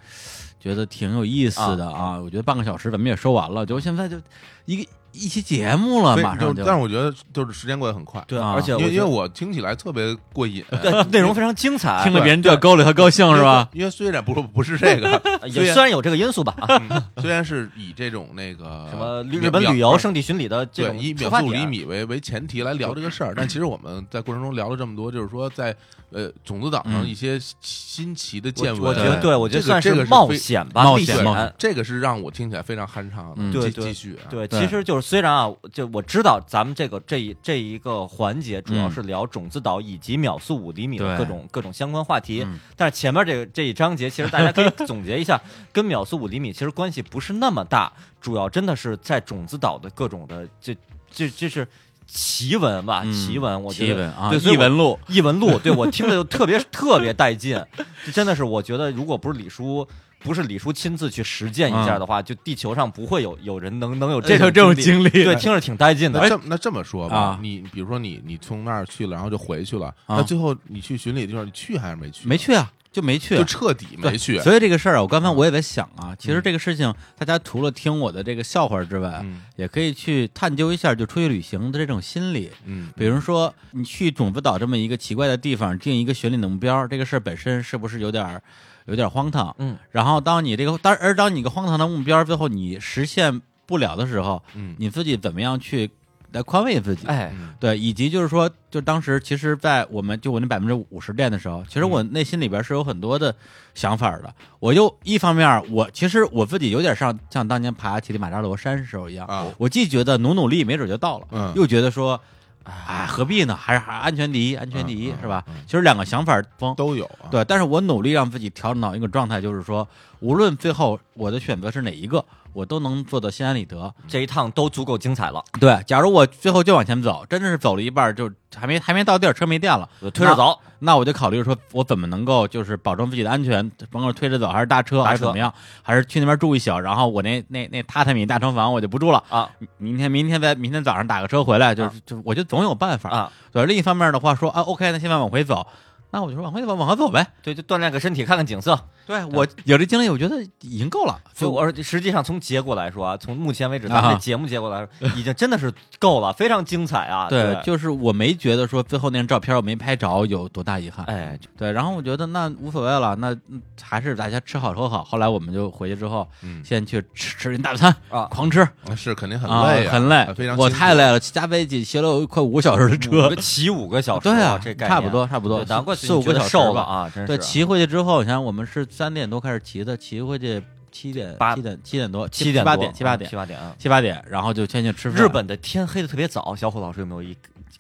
觉得挺有意思的啊。我觉得半个小时咱们也说完了，结果现在就一个一期节目了，所以啊马就上就但是我觉得就是时间过得很快，对啊而且因我为因为觉我听起来特别过瘾，得对内容非常精彩，听了别人掉沟里，他高兴是吧？因为？因为虽然不是不是 这个，虽也然虽然有这个因素吧，啊，嗯虽然是以这种那个什么秒日本旅游秒圣地巡礼的这对种以出秒发速厘点，啊米为为前提来聊这个事儿，但其实我们在过程中聊了这么多，就是说在呃种子岛上嗯一些新奇的我见闻，啊我觉得对，我觉得这个算这个是冒非险吧，冒历险险冒险这个是让我听起来非常酣畅嗯的。继对对继续啊，对，对其实就是虽然啊，就我知道咱们这个这一这一个环节主要嗯是聊种子岛以及秒速五厘米对的各种各种相关话题，嗯但是前面这个这一章节，其实大家可以总结一下，跟秒速五厘米其实关系不是那么大，主要真的是在种子岛的各种的这这这是奇闻吧，嗯奇闻，我觉奇得闻啊，对所以异我闻录，异闻录，对我听着就特别特别带劲， 这真的是我觉得，如果不是李叔，不是李叔亲自去实践一下的话，就地球上不会有有人能能有这啊哎有种这种经经历哎对，听着挺带劲那的。这么那这么说吧啊，你比如说你你从那儿去了，然后就回去了，啊那最后你去巡礼的地方，你去还是没去？没，去啊，就没去就啊。彻底对没去。所以这个事儿啊，我刚嗯才我也在想啊，其实这个事情，大家除了听我的这个笑话之外，啊嗯也可以去探究一下，就出去旅行的这种心理。嗯，比如说，你去种子岛这么一个奇怪的地方，定一个选里的目标，这个事儿本身是不是有点儿有点儿荒唐？嗯，然后当你这个当而当你一个荒唐的目标最后你实现不了的时候，嗯你自己怎么样去来宽慰自己？哎，嗯对，以及就是说，就当时其实，在我们就我那百分之五十练的时候，其实我内心里边是有很多的想法的。我就一方面，我其实我自己有点像像当年爬乞力马扎罗山时候一样，啊我既觉得努努力没准就到了，嗯又觉得说，哎，何必呢？还是还是安全第一，安全第一、嗯嗯是吧嗯？其实两个想法风。都有啊。对，但是我努力让自己调整到一个状态，就是说，无论最后我的选择是哪一个，我都能做到心安理得。这一趟都足够精彩了，对，假如我最后就往前走，真的是走了一半儿就还没还没到地儿，车没电了，我推着走，那我就考虑说，我怎么能够就是保证自己的安全，甭管是推着走还是搭车搭还是怎车么样，还是去那边住一宿，然后我那那那榻榻米大床房我就不住了啊，明天明天再明天早上打个车回来，就是、就我就总有办法啊。对，另一方面的话说啊，OK，那现在往回走。那我就说往回走，往回走呗。对，就锻炼个身体，看看景色。对我有这经历，我觉得已经够了。就我啊我实际上从结果来说啊，从目前为止啊哈咱们这节目结果来说， 已经真的是够了，非常精彩啊！对，就是我没觉得说最后那张照片我没拍着有多大遗憾。哎，对，然后我觉得那无所谓了，那嗯还是大家吃好喝好。后来我们就回去之后，嗯，先去吃吃一大餐啊狂吃，是肯定很啊累啊，很啊累，非常我辛苦太累了，加飞机骑了快五个小时的五车个，骑五个小时，对啊，这概念差不多差不多对，难怪四五个小时瘦了吧。啊，真是对，骑回去之后，你看我们是三点多开始骑的，骑回去七点八七点七点多七点点八多点七八点七八点啊。七八点，然后就先去吃饭日本的天黑的特别早，小虎老师有没有一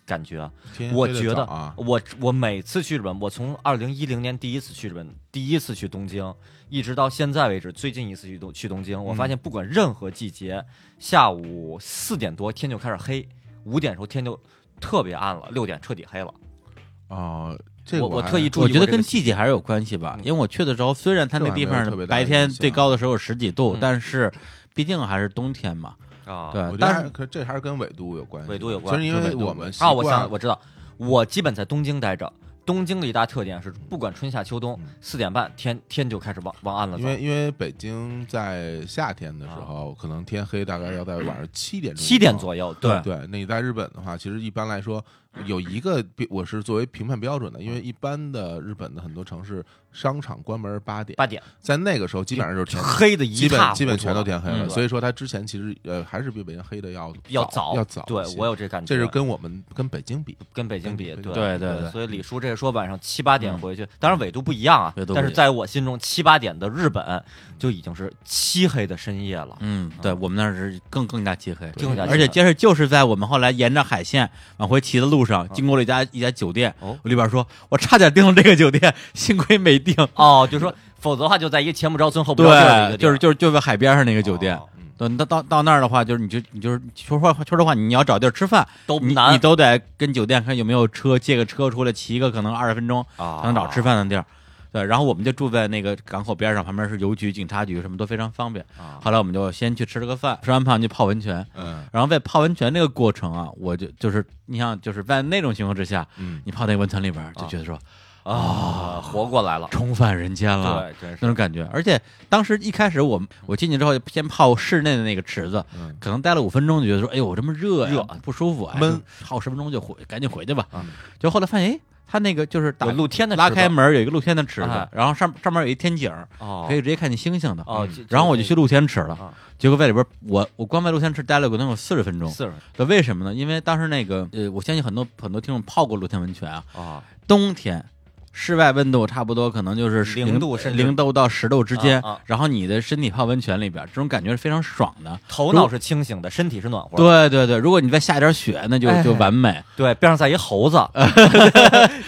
感觉啊？天我黑得觉早得啊，我我每次去日本，我从二零一零年第一次去日本，第一次去东京，一直到现在为止，最近一次去东去东京，我嗯发现不管任何季节，下午四点多天就开始黑，五点时候天就特别暗了，六点彻底黑了。哦，这个我我还特意注意我觉得过这跟个季节还是有关系吧，嗯因为我去的时候，虽然它那地这还没有特别方大的白影天响最高的时候有十几度，嗯但是毕竟还是冬天嘛，啊，对我。觉得呃但还是可这还是跟纬度有关系，纬度有关就是因跟纬为度我们习啊，我惯想我知道，我基本在东京待着。东京的一大特点是，不管春夏秋冬嗯，四点半天天就开始往往暗了因走。为因为北京在夏天的时候，可能天黑大概要在晚上七点钟，七点左右，对嗯对，那你在日本的话，其实一般来说有一个标，我是作为评判标准的，因为一般的日本的很多城市商场关门八点，八点在那个时候基本上就是天，黑的基一塌本糊涂了，基本全都天黑了，嗯所以说它之前其实呃还是比北京黑的要要早早要早一对些，我有这感觉，这是跟我们跟北京比，跟北京比，跟对对对对所以李叔这个说晚上七八点嗯回去，当然纬度不一样啊纬度，不一样但是在我心中七八点的日本就已经是漆黑的深夜了。嗯，对我们那儿是更更加漆黑，更加漆黑而且接着就是在我们后来沿着海线往回骑的路上，经过了一家一家酒店，哦我里边说，我差点订了这个酒店，幸亏没订。哦，就说否则的话就在一个哦前不着村后不着店的对，一个就是就是就在海边上那个是酒店。嗯对，你到到到那儿的话，就是你就你就是说话说实话，你要找地儿吃饭，都你难你都得跟酒店看有没有车，借个车出来骑个可能二十分钟，啊，才能找吃饭的地儿。对，然后我们就住在那个港口边上，旁边是邮局、警察局，什么都非常方便。啊后来我们就先去吃了个饭，吃完饭就泡温泉。嗯然后在泡温泉这个过程啊，我就就是你想就是在那种情况之下，嗯，你泡那个温泉里边儿就觉得说啊，活过来了，重返人间了，对，真那是种感觉。而且当时一开始我我进去之后，先泡室内的那个池子，嗯可能待了五分钟就觉得说，哎呦，我这么热呀，热不舒服，哎闷，泡十分钟就回，赶紧回去吧。嗯就后来发现，哎，他那个就是打有露天的池子，拉开门有一个露天的池子，哎然后上上面有一天井，哦可以直接看见星星的。嗯哦，然后我就去露天池了，啊结果在里边，我我光在露天池待了可能有四十分钟。四十对为什么呢？因为当时那个呃，我相信很多很多听众泡过露天温泉啊，啊冬天，室外温度差不多可能就是10零度甚至零度到十度之间，啊啊然后你的身体泡温泉里边，这种感觉是非常爽的。头脑是清醒的，身体是暖和的。对对对，如果你再下一点雪，那就哎就完美。 对，边上再一猴 子，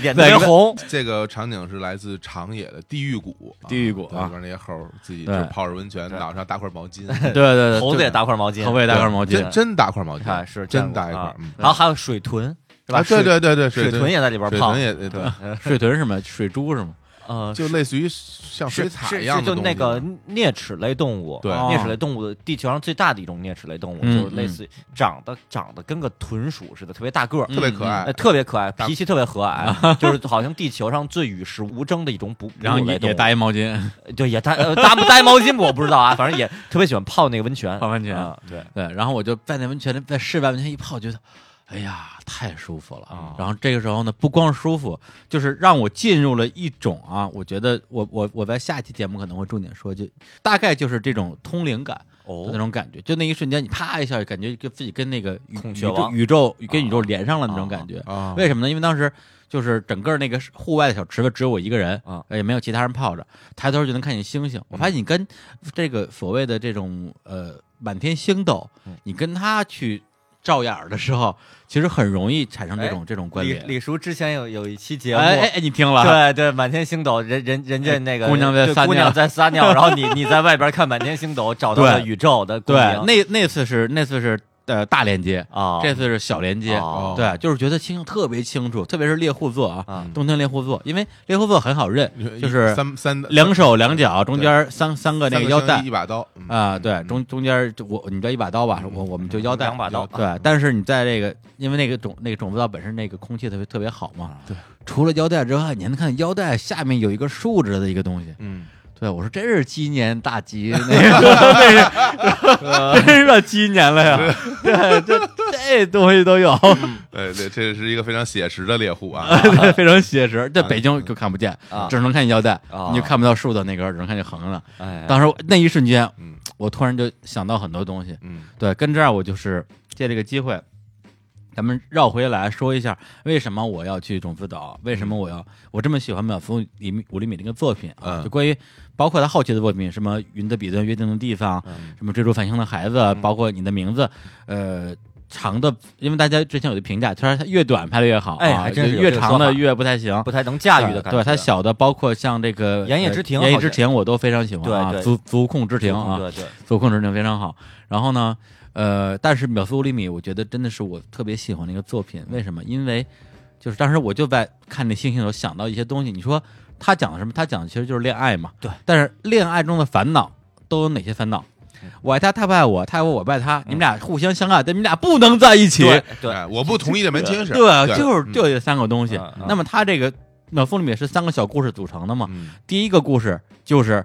脸对特别红，这个场景是来自长野的地狱谷，地狱谷对啊里边那些猴儿自己对就泡着温泉，对脑上搭块毛 巾，对对对，猴子也搭，搭块毛巾，猴子也搭块毛巾真真搭块毛巾，看是见真过搭一块啊儿，嗯。然后还有水豚，是吧？啊对对对对，水，水豚豚也在里边水泡啊豚，也对，对水豚是什么？水猪是吗？呃，就类似于像水是獭是一是样的就东那西嗯个啮齿类动物，对哦啮齿类动物地球上最大的一种啮齿类动物，嗯就是类似于长得长得跟个豚鼠似的，特别大个儿。特别可呃爱，特别可爱，嗯大脾气特别和 蔼，就是好像地球上最与世无争的一种哺哺然后乳也类动也物。搭一毛巾对， 也搭呃搭不搭毛巾我不知道啊，反正也特别喜欢泡那个温泉。泡温泉。啊对， 对，然后我就在那温泉里，在室外温泉一泡，觉得，哎呀，太舒服了。啊然后这个时候呢，不光舒服，就是让我进入了一种啊，我觉得我我我在下一期节目可能会重点说，就大概就是这种通灵感。哦那种感觉，就那一瞬间，你啪一下，感觉跟自己跟那个宇孔宇雀宙王啊宇宙跟宇宙连上了那种感觉。啊，为什么呢？因为当时就是整个那个户外的小池子只有我一个人啊，嗯也没有其他人泡着，抬头就能看见星星。我发现你跟这个所谓的这种呃满天星斗嗯，你跟他去照眼儿的时候，其实很容易产生这哎种这种关李联。李叔之前有有一期节目，哎哎哎，你听了啊？对对，满天星斗，人人人家那个姑娘在对撒姑尿娘在撒尿，然后你你在外边看满天星斗，找到对了宇宙的对光明，那那次是那次是呃大连接，啊，这次是小连接。哦对，就是觉得清特别清楚，特别是猎户座啊，啊东京猎户座，因为猎户座很好认，就是三三两手两脚，中间三三个三那个腰相带机一把刀嗯啊，对，嗯中中间就我你叫一把刀吧，我我们就腰带两把刀，对，但是你在这个，因为那个种那个种子稻本身那个空气特别特别好嘛，对，除了腰带之外，你还能看腰带下面有一个竖着的一个东西， 嗯，对我说真是鸡年大 吉，那个 真是真是到鸡年了呀，对，这这东西都 有，对对，这是一个非常写实的猎户 啊，对，非常写实，在北京就看不见啊，只能看见腰带啊，你就看不到竖的那根儿，只能看见横的。哎，当时我那一瞬间嗯，我突然就想到很多东西，嗯对，跟这儿我就是借这个机会，咱们绕回来说一下，为什么我要去种子岛？为嗯什么我要我这么喜欢秒伏里米五厘米这个作品啊？嗯就关于包括他后期的作品，什么《云的彼端》《约定的地方》，嗯什么《追逐繁星的孩子》，嗯包括你的名字，呃。长的，因为大家之前有的评价，他说它越短拍的越好，哎啊还真是有越这个长说的法越不太行，不太能驾驭的感觉，对它小的，包括像这个呃《言叶之庭言叶好之像庭》我都非常喜欢啊，对对足足控之对庭啊，对对，足控制能非常好。然后呢，呃，但是《秒速五厘米》，我觉得真的是我特别喜欢的一个作品。为什么？因为就是当时我就在看那星星的时候想到一些东西。你说他讲的什么？他讲的其实就是恋爱嘛。对。但是恋爱中的烦恼都有哪些烦恼？嗯我爱他，他不爱我；他爱我，我不爱他。你们俩互相相爱，但你们俩不能在一起。对对，哎，我不同意这门亲事，对，啊就是嗯就这三个东西嗯嗯。那么他这个《秒速五厘米》是三个小故事组成的嘛？嗯第一个故事就是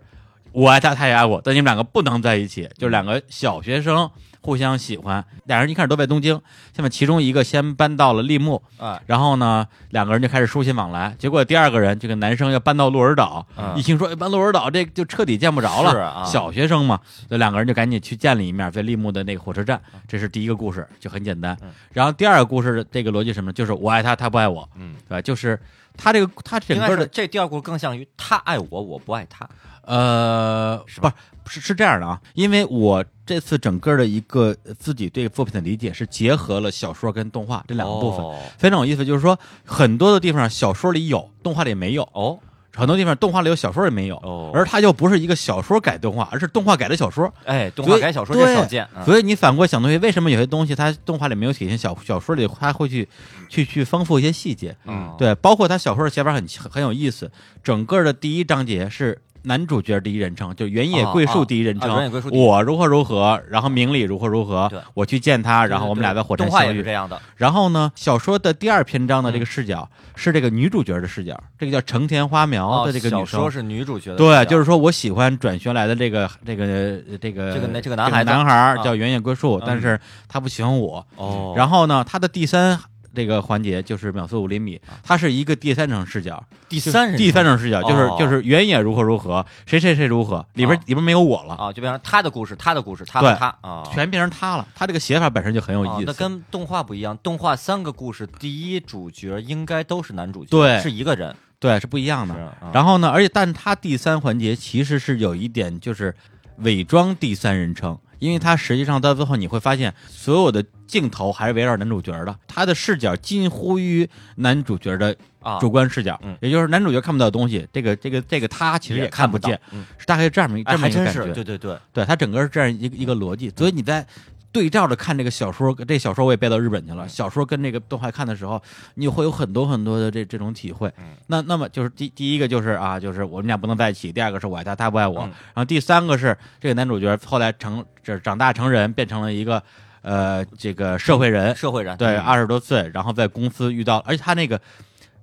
我爱他，他也爱我，但你们两个不能在一起，就是两个小学生互相喜欢，俩人一开始都在东京，下面其中一个先搬到了立木，哎，然后呢，两个人就开始书信往来，结果第二个人这个男生要搬到鹿儿岛，嗯一听说要哎搬鹿儿岛，这就彻底见不着了，是啊小学生嘛，所以两个人就赶紧去见了一面，在立木的那个火车站，这是第一个故事，就很简单嗯。然后第二个故事的这个逻辑是什么呢？就是我爱他，他不爱我，嗯对吧？就是他这个他整应该个是的这第二故更像于他爱我，我不爱他，呃，是不吧是是是这样的啊，因为我这次整个的一个呃自己对作品的理解是结合了小说跟动画这两个部分，分非常有意思。就是说，很多的地方小说里有，动画里没有；哦很多地方动画里有，小说里没有。哦，而它又不是一个小说改动画，而是动画改的小说，哎，动所画以改小说对这少见，嗯所以你反过来想东西，为什么有些东西它动画里没有体现，小小说里它会去去去丰富一些细节？啊嗯，对，包括他小说的写法很很很有意思。整个的第一章节是男主角第一人称，就原野啊贵啊树第一人啊称，原野贵树第一我如何如何，然后明里如何如何对，我去见他，对然后我们俩对在火车站动画也相是这遇。样嗯的，然后呢，小说的第二篇章的这个视角、是这个女主角的视角，这个叫成田花苗哦的这，个小女生。说是女主角的视对，角，就是说我喜欢转学来的这个这个这个这个男这个男孩子男孩儿啊叫原野贵树，嗯但是他不喜欢我，哦，然后呢，它的第三这个环节就是秒速五厘米，它是一个第三层视角，啊第就是三人第三称层视角就是哦就是原野如何如何，谁谁谁如何，里边啊里边没有我了，啊，就变成他的故事，他的故事，他对和他啊，全变成他了。他这个写法本身就很有啊意那思。跟动画不一样，动画三个故事，第一主角应该都是男主角，对是一个人，对，是不一样是啊的。。后然后呢，而且但它第三环节其实是有一点就是伪装第三人称。因为它实际上到最后你会发现，所有的镜头还是围绕男主角的，他的视角近乎于男主角的啊，主观视角，嗯也就是男主角看不到的东西，这个这个这个他其实也看看不见到嗯，是大概这么一哎，这么还一个真感是，觉。对对对，对，他整个是这样一个一个逻辑，所以你在对照着看这个小说，这小说我也背到日本去了，嗯小说跟这个动画看的时候，你会有很多很多的这这种体会嗯。那那么就是第第一个就是啊，就是我们俩不能在一起；第二个是我爱啊他，他不爱我；嗯然后第三个是这个男主角后来成这长大成人，变成了一个呃这个社会人，社会人，对，啊，二十多岁，然后在公司遇到，而且他那个，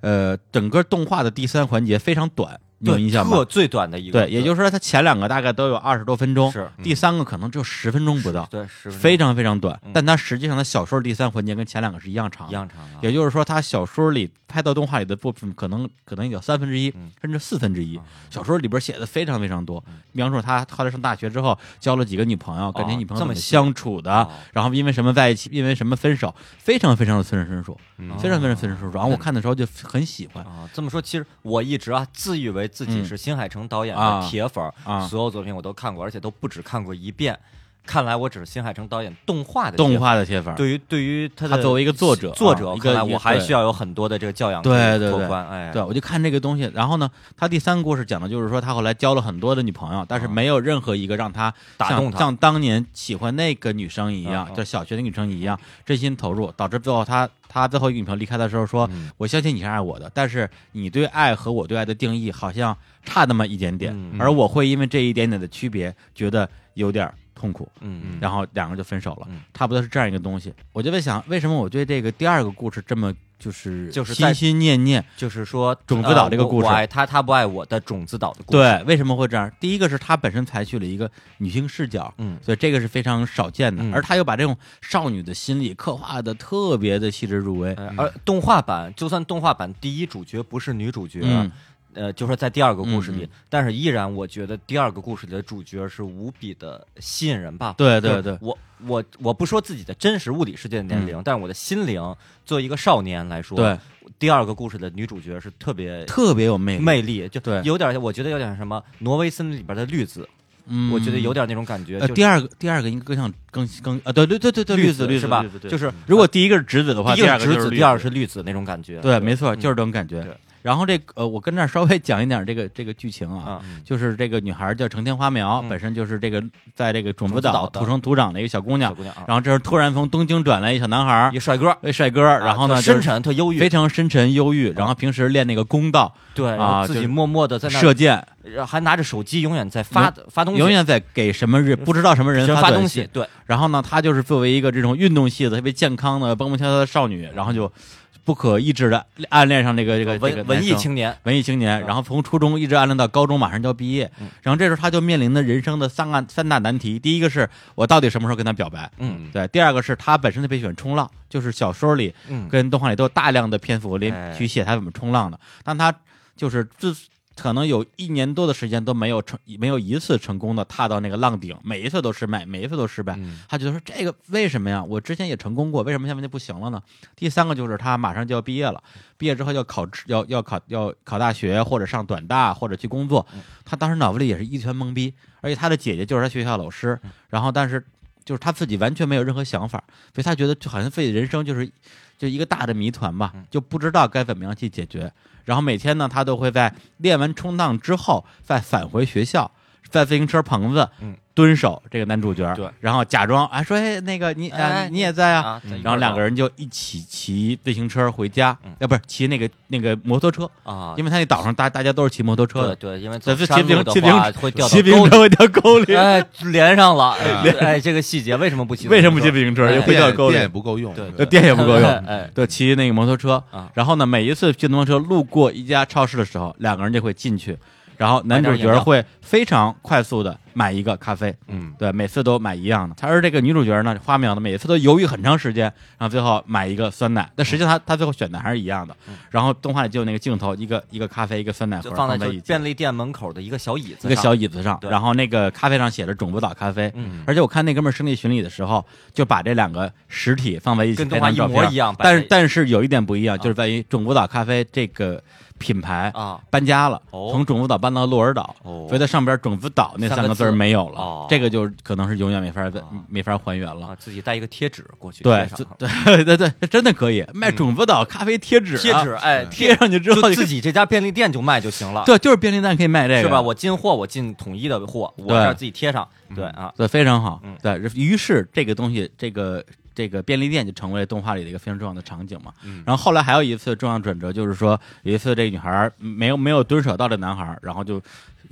呃，整个动画的第三环节非常短，你有对，印象特吗？最短的一个，对，也就是说，他前两个大概都有二十多分钟，是第三个可能只有十分钟不到，对，是非常非常短嗯。但他实际上，他小说第三环节跟前两个是一样长一的，样长啊，也就是说，他小说里拍到动画里的作品，可能可能有三分之一嗯，甚至四分之一啊。小说里边写的非常非常多，描述他后来上大学之后交了几个女朋友，跟这哦女朋友这怎么么细相处的，哦然后因为什么在一起，因为什么分手，非常非常的分身术，哦嗯非常非常分身术。然后我看的时候就很喜欢，啊，这么说，其实我一直啊自以为自己嗯是新海诚导演啊的铁粉儿，啊所有作品我都看过，而且都不止看过一遍。看来我只是新海诚导演动画的动画的写法，对于对于他他的作为一个作者啊，作者，一看来个我还对需要有很多的这个教养对去对拓对宽，哎，对，我就看这个东西。然后呢，他第三个故事讲的就是说，他后来交了很多的女朋友，但是啊没有任何一个让他打像动他像当年喜欢那个女生一样，啊啊就是小学的女生一样，真心投入，导致最后他他最后一个女朋友离开的时候说：“嗯我相信你是爱我的，但是你对爱和我对爱的定义好像差那么一点点，嗯而我会因为这一点点的区别觉得有点痛苦。”嗯嗯然后两个人就分手了，嗯差不多是这样一个东西。我就在想，为什么我对这个第二个故事这么就是就是在心心念念？就是说种子岛这个呃我故事我爱他，他不爱我的种子岛的故事，，对，为什么会这样？第一个是他本身采取了一个女性视角，嗯所以这个是非常少见的，嗯而他又把这种少女的心理刻画的特别的细致入微。呃而动画版就算动画版第一主角不是女主角，嗯，呃，就说在第二个故事里，嗯但是依然我觉得第二个故事里的主角是无比的吸引人吧。对对就是对嗯我我我不说自己的真实物理世界的年龄，但是我的心灵，作为一个少年来说，对，第二个故事的女主角是特别特别有魅力。魅力，就嗯对有点我觉得有点什么挪威森林里边的绿子，嗯，我觉得有。点那种感觉。呃，就是第二个，第二个应该更像更更啊，对对对对对，绿绿子是吧绿子？对就是如果第一个是直子的话，第第一二个个是就直子，绿第二子是绿子那种感觉。对，没错，嗯就是这种感觉。对然后这个呃，我跟这儿稍微讲一点这个这个剧情啊，啊，就是这个女孩叫程天花苗，嗯本身就是这个在这个种种子子岛岛的土生土长的一个小姑娘小，姑娘啊，然后这时候突然从东京转来一小男孩儿一，帅哥，一帅哥，然后呢，啊就是深沉特忧郁非，常深沉忧郁，然后平时练那个弓道、对，然啊后自就己是默默的在那儿射箭，然后还拿着手机永远在发发东西，永远在给什么人不知道什么人喜欢发发短东信西，。对，然后呢，她就是作为一个这种运动系的特别健康的蹦蹦跳跳的少女，然后就不可抑制的暗恋上这个这个这个嗯呃文文男艺生青年，啊文艺青年，然后从初中一直暗恋到高中，马上就要毕业嗯，然后这时候他就面临的人生的三个三大难题，第一个是我到底什么时候跟他表白，嗯对，第二个是他本身特别喜欢冲浪，就是小说里嗯，跟动画里都有大量的篇幅连哎去写他怎么冲浪的，但他就是自可能有一年多的时间都没有成没有一次成功的踏到那个浪顶，每一次都失败，每一次都失败，嗯他觉得说这个为什么呀？我之前也成功过，为什么现在就不行了呢？第三个就是他马上就要毕业了，毕业之后要考职要要考要考大学或者上短大或者去工作，嗯他当时脑子里也是一团懵逼，而且他的姐姐就是他学校老师，嗯然后但是就是他自己完全没有任何想法，所以他觉得就好像自己人生就是就一个大的谜团吧嗯，就不知道该怎么样去解决。然后每天呢，他都会在练完冲浪之后再返回学校，在自行车棚子嗯蹲守这个男主角，对，然后假装哎说哎那个你啊哎你也在啊，啊，嗯然后两个人人就一起骑自行车回家呃嗯，要不是骑那个那个摩托车，啊，因为他那岛上大大家都是骑摩托车对的，对，因为对走这山骑路自的行话骑会掉骑到自行沟车会掉沟里，里，哎，连上了，哎哎哎，这个细节为什么不骑？ 为什么不骑自行车？哎就会掉电沟电也里，不够用，嗯对呃，对电也不够用， 哎，对，骑那个摩托车啊。然后呢，每一次骑摩托车路过一家超市的时候，两个人就会进去，然后男主买点饮角料会非常快速的买一个咖啡，嗯对，每次都买一样的。而这个女主角呢，花苗呢，每次都犹豫很长时间，然后最后买一个酸奶。但实际上她她最后选的还是一样的。然后动画里就有那个镜头，一个一个咖啡，一个酸奶盒嗯就放在在就一起，便利店门口的一个小椅一子个上，小椅子上，对然后那个咖啡上写着“种子岛咖啡”。嗯而且我看那哥们儿生理巡礼的时候，就把这两个实体放在一起，跟动画拍一张照模片一样摆但是在一起但是有一点不一样，就是在于种子岛咖啡这个品牌啊，搬家了，哦从种子岛搬到鹿儿岛，哦所以它上边“种子岛”那三个三个字儿字没有了，哦这个就可能是永远没法再、啊没法还原了。啊，自己带一个贴纸过去，对贴上嗯自 对对对，这真的可以卖种子岛咖啡贴纸、啊贴纸，，哎，贴上去之后就就自己这家便利店就卖就行了，对，就是便利店可以卖这个，嗯是吧？我进货我进统一的货，我这儿自己贴上，对啊，对，非常好。嗯对于是这个东西，这个这个便利店就成为了动画里的一个非常重要的场景嘛。嗯然后后来还有一次重要转折，就是说有一次这个女孩儿没有没有蹲守到这男孩儿，然后就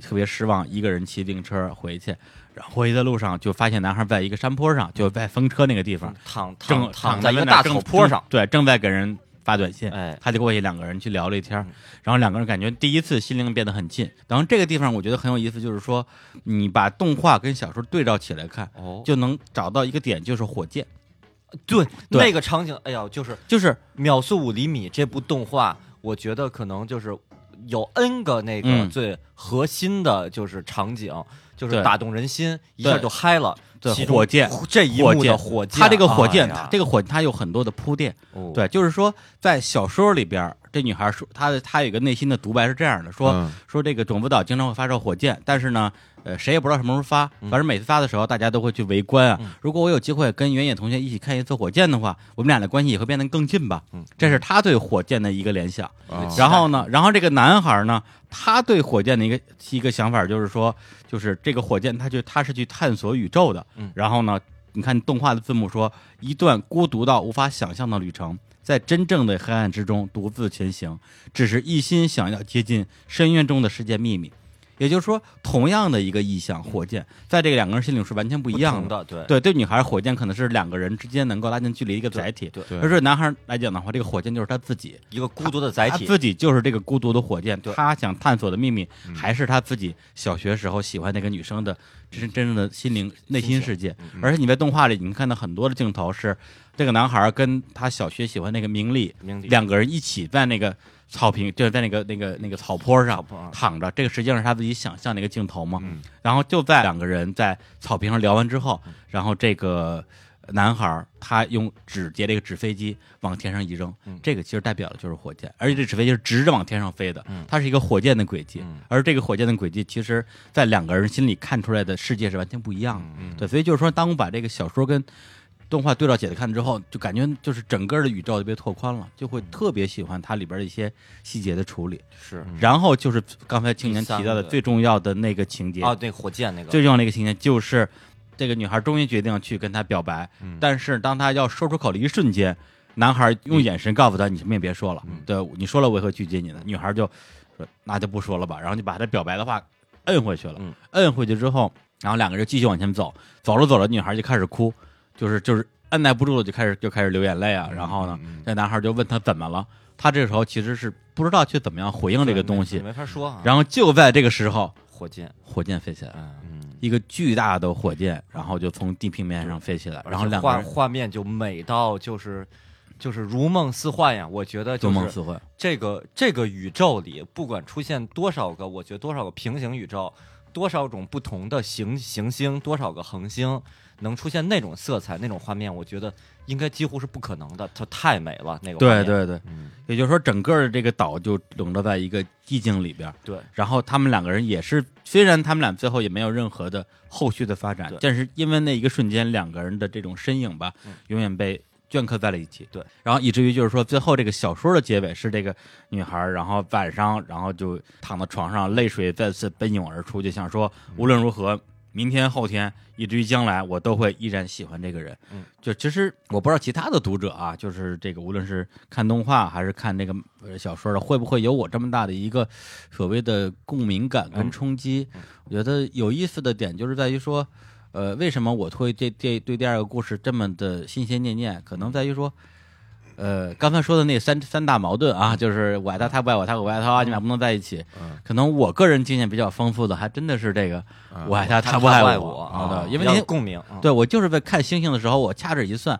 特别失望，一个人骑自行车回去，然后回去的路上就发现男孩儿在一个山坡上，就在风车那个地方，躺嗯正躺躺在在一个那儿大正草坡上，，正对，正在给人发短信，哎嗯他就过去两个人去聊了一天儿，然后两个人感觉第一次心灵变得很近。然后这个地方我觉得很有意思，就是说你把动画跟小说对照起来看，哦，就能找到一个点，就是火箭，对对那个场景，哎呀，就是《就是秒速五厘米》这部动画，我觉得可能就是有 N 个那个嗯最核心的，就是场景，就是对打动人心，一对下就嗨了。对其中火箭这一火幕箭的火箭，它这个火哎箭，呀它这个火它有很多的铺垫。哦对，就是说在小说里边儿，这女孩说，她的她有一个内心的独白是这样的：说、嗯说这个种子岛经常会发射火箭，但是呢，呃，谁也不知道什么时候发，嗯反正每次发的时候大家都会去围观啊。如果我有机会跟原野同学一起看一次火箭的话，我们俩的关系也会变得更近吧。嗯这是他对火箭的一个联想。啊然后呢，然后这个男孩呢，他对火箭的一个一个想法就是说，就是这个火箭，他就他是去探索宇宙的。嗯然后呢，你看动画的字幕说，一段孤独到无法想象的旅程，在真正的黑暗之中独自前行，只是一心想要接近深渊中的世界秘密。也就是说，同样的一个意向，火箭在这个两个人心里是完全不一不样同的。的，对对对，女孩火箭可能是两个人之间能够拉近距离的一个载体。对对而对男孩来讲的话，这个火箭就是他自己。一个孤独的载他体，自己就是这个孤独的火箭，对他想探索的秘密嗯还是他自己小学时候喜欢那个女生的真真正的心灵内心世界。嗯而且你在动画里，你能看到很多的镜头是这个男孩跟他小学喜欢那个明丽明理两个人一起在那个草坪，就是在那个那个那个草坡上坡啊躺着，这个实际上是他自己想象的一个镜头嘛。嗯然后就在两个人在草坪上聊完之后，然后这个男孩儿他用纸接了一个纸飞机往天上一扔，嗯这个其实代表的就是火箭，而且这纸飞机是直着往天上飞的，嗯它是一个火箭的轨迹，嗯而这个火箭的轨迹其实在两个人心里看出来的世界是完全不一样的。嗯对，所以就是说，当我把这个小说跟动画对照起来看之后，就感觉就是整个的宇宙就被拓宽了，就嗯会特别喜欢它里边的一些细节的处理。是然后就是刚才青年提到第的三个最重要的那个情节啊，对火箭那个最重要的一个情节就是，这个女孩终于决定去跟他表白，嗯但是当她要说出口的一瞬间，男孩用眼神告诉她：“你什么也别说了，嗯对你说了我也会拒绝你的。”女孩就说：“那就不说了吧。”然后就把她表白的话摁回去了，嗯摁回去之后，然后两个人继续往前走，走着走着，女孩就开始哭，就是就是按耐不住了，就开始就开始流眼泪啊。然后呢，嗯嗯这男孩就问她怎么了，她这时候其实是不知道去怎么样回应这个东对西。没嗯没法说啊。然后就在这个时候，火箭，哎火箭飞起来了。嗯，嗯一个巨大的火箭，然后就从地平面上飞起来，然后而且两个画人画面就美到就是就是如梦似幻呀。我觉得做就梦是似幻。这个这个宇宙里，不管出现多少个，我觉得多少个平行宇宙，多少种不同的行行星，多少个恒星，能出现那种色彩、那种画面，我觉得应该几乎是不可能的。它太美了，那个画对面对对，嗯也就是说，整个这个岛就笼罩在一个寂静里边。对然后他们两个人也是，虽然他们俩最后也没有任何的后续的发展对，但是因为那一个瞬间，两个人的这种身影吧嗯，永远被镌刻在了一起。对，然后以至于就是说，最后这个小说的结尾是这个女孩儿，然后晚上，然后就躺在床上，泪水再次奔涌而出，就想说，嗯无论如何，明天、后天，以至于将来，我都会依然喜欢这个人。嗯，就其实我不知道其他的读者啊，就是这个无论是看动画还是看这个呃小说的，会不会有我这么大的一个所谓的共鸣感跟冲击？我觉得有意思的点就是在于说，呃，为什么我会对这对第二个故事这么的心心念念？可能在于说。呃，刚才说的那三三大矛盾啊，就是我爱他，他不爱我，他我爱他，你们俩不能在一起。嗯可能我个人经验比较丰富的，还真的是这个嗯我爱他，他不爱爱好的啊，因嗯为比较那有共鸣，嗯对我就是在看星星的时候，我掐指一算，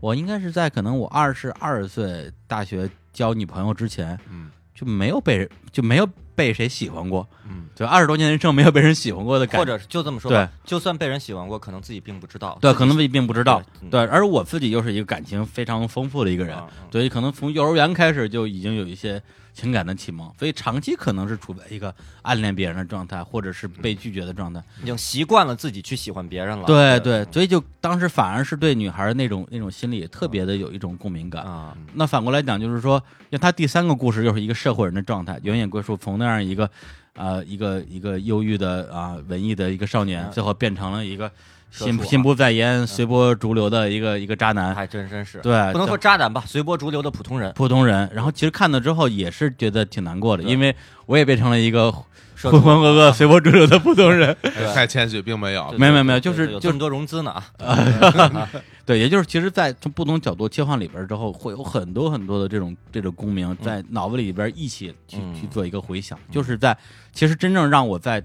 我应该是在可能我二十二岁大学交女朋友之前嗯就没有被人就没有被谁喜欢过，嗯就二十多年人生没有被人喜欢过的感或觉。者是就这么说对吧，就算被人喜欢过，可能自己并不知道。对，自己可能自己并不知道对嗯。对，而我自己又是一个感情非常丰富的一个人嗯嗯，所以可能从幼儿园开始就已经有一些情感的启蒙，所以长期可能是处在一个暗恋别人的状态，或者是被拒绝的状态。已经习惯了自己去喜欢别人了。对嗯对，所以就当时反而是对女孩那种那种心理特别的有一种共鸣感。啊，那反过来讲，就是说，像他第三个故事又是一个社会人的状态，远远归属从那样一个，呃，一个一个忧郁的啊、文艺的一个少年，嗯最后变成了一个社心畜啊心不在焉、随波逐流的一个一个渣男，还真真是对不能说渣男吧，随波逐流的普 通人。普通人。然后其实看了之后也是觉得挺难过的，对因为我也变成了一个社浑畜浑啊噩噩、随波逐流的普通人。 哎太谦虚，并没有对没有对没有没有对就是对啊有就这么多融资呢啊！对，也就是其实，在从不同角度切换里边儿之后，会有很多很多的这种这种共鸣在脑子里边儿一起去、嗯去做一个回响，就是在其实真正让我在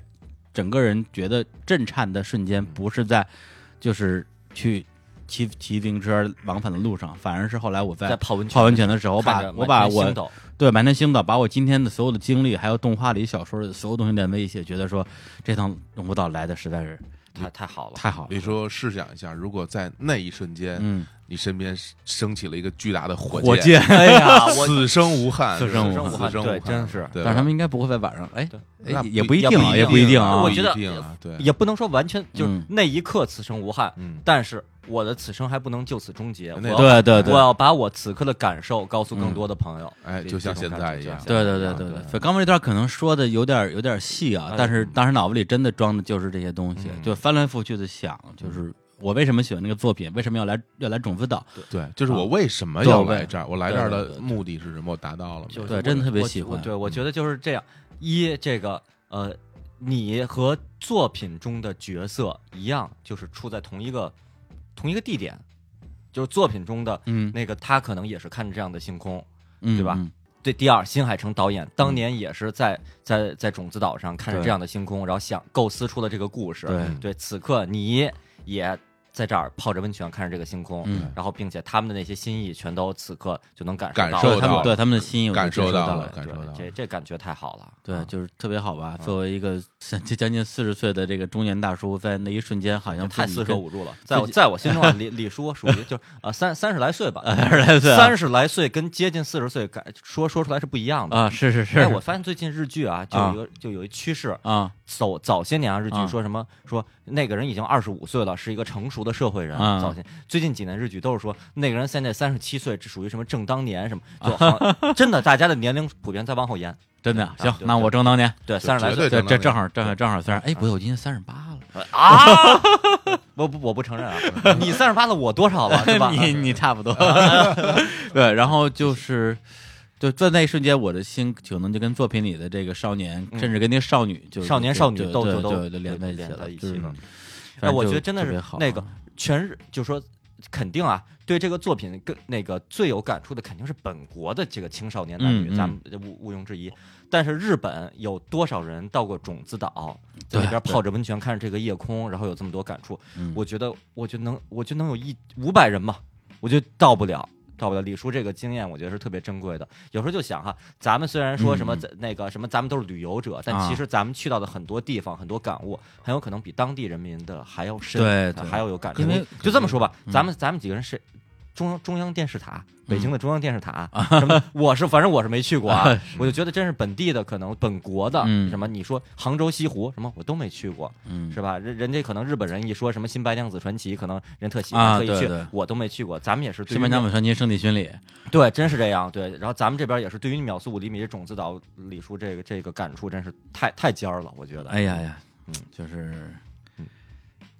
整个人觉得震颤的瞬嗯间，不是在就是去骑骑自行车往返的路上，反而是后来我在在。泡温泉，泡温泉的时候，我看把着我把满天我星斗对满天星岛把我今天的所有的经历，还有动画里小说的所有东西连在一起，觉得说这趟龙舞岛来的实在是太太好了，太好了李，叔试想一下，如果在那一瞬间，嗯，你身边升起了一个巨大的火火 箭，哎呀，我此生无憾，此生无是吧憾此生无对憾，真是对吧。但是他们应该不会在晚上，哎，那哎也不一也定不啊，一也定不一定啊我不，觉得一定啊，对，也不能啊说完全就是嗯那一刻此生无憾，嗯，但是我的此生还不能就此终结。我那要对对对哎我要把我此刻的感受告诉更多的朋友。哎，这就像这种感现在觉一就样像，对对对对对，所以刚才这段可能说的有点有点细啊哎，但是当时脑子里真的装的就是这些东西，嗯就翻来覆去的想，就是我为什么喜欢那个作品，为什么要来要来种子岛？对，就是啊我为什么对要我来为这儿？我来对这儿对对的目的是什么？我达到了就是吗？对我真的特别我喜欢我对，我觉得就是这样。一这个呃，你和作品中的角色一样，就是处在同一个同一个地点，就是作品中的嗯，那个他可能也是看着这样的星空。嗯对吧？嗯对，第二，新海诚导演当年也是在在在种子岛上看着对这样的星空，然后想构思出了这个故事。对，对，此刻你也在这儿泡着温泉，看着这个星空，嗯然后并且他们的那些心意全都此刻就能感感到受了对他到了们对他们的心意，我感就受知道到了了，感受对到了这这感觉太好了。对，啊就是特别好吧。嗯作为一个三 将近四十岁的这个中年大叔，在那一瞬间，好像太四舍 五五入了，在我在我心中啊，李李叔属于就是呃三三十来岁 吧，三十来岁啊三十来岁跟接近四十岁感说说出来是不一样的。啊，是是是哎，我发现最近日剧啊，就有一个就有一趋势，啊早早些年啊，日剧啊说什么、说那个人已经二十五岁了，是一个成熟的社会人。啊早些最近几年日剧都是说那个人现在三十七岁，这属于什么正当年 什么，就好像真的大家的年龄普遍在往后延。真的对行对，那我正当年，对，就三十来绝岁对这正当这正好正年好正好，虽然哎，不对，我今年三十八了，？啊， 我不我不承认 啊，你三十八了，我多少了，对 吧你你差 不多，对，然后就是。就在那一瞬间，我的心可能就跟作品里的这个少年，嗯甚至跟那少女，就是少年少女就都对就都对对连都在一起连在了，一就是起了嗯哎反正我就觉得真的特是别好啊那个全日就说肯定啊，对这个作品跟那个最有感触的肯定是本国的这个青少年男女，嗯嗯咱们毋毋庸置疑。但是日本有多少人到过种子岛，在对那边对泡着温泉，看着这个夜空，然后有这么多感触？嗯我觉得，我觉得能，我觉得能有一五百人吧，我觉得到不了。到不了，李叔这个经验，我觉得是特别珍贵的。有时候就想哈，咱们虽然说什嗯么嗯在那个什么，咱们都是旅游者，但啊其实咱们去到的很多地方，很多感悟，很有可能比当地人民的还要深，对对还要有感触。因为就这么说吧，嗯咱们咱们几个人是中央中央电视塔，北京的中央电 视塔，什么我是反正我是没去过啊，我就觉得真是本地的，可能本国的嗯什么，你说杭州西湖什么我都没去过，嗯是吧？人人家可能日本人一说什么新白娘子传奇，可能人特喜啊欢，特意对去对，我都没去过。咱们也是对西于门娘子传奇圣地巡礼，对，真是这样对。然后咱们这边也是对于秒速五厘米种子岛李叔这个这个感触，真是太太尖儿了，我觉得。哎呀呀，嗯就是嗯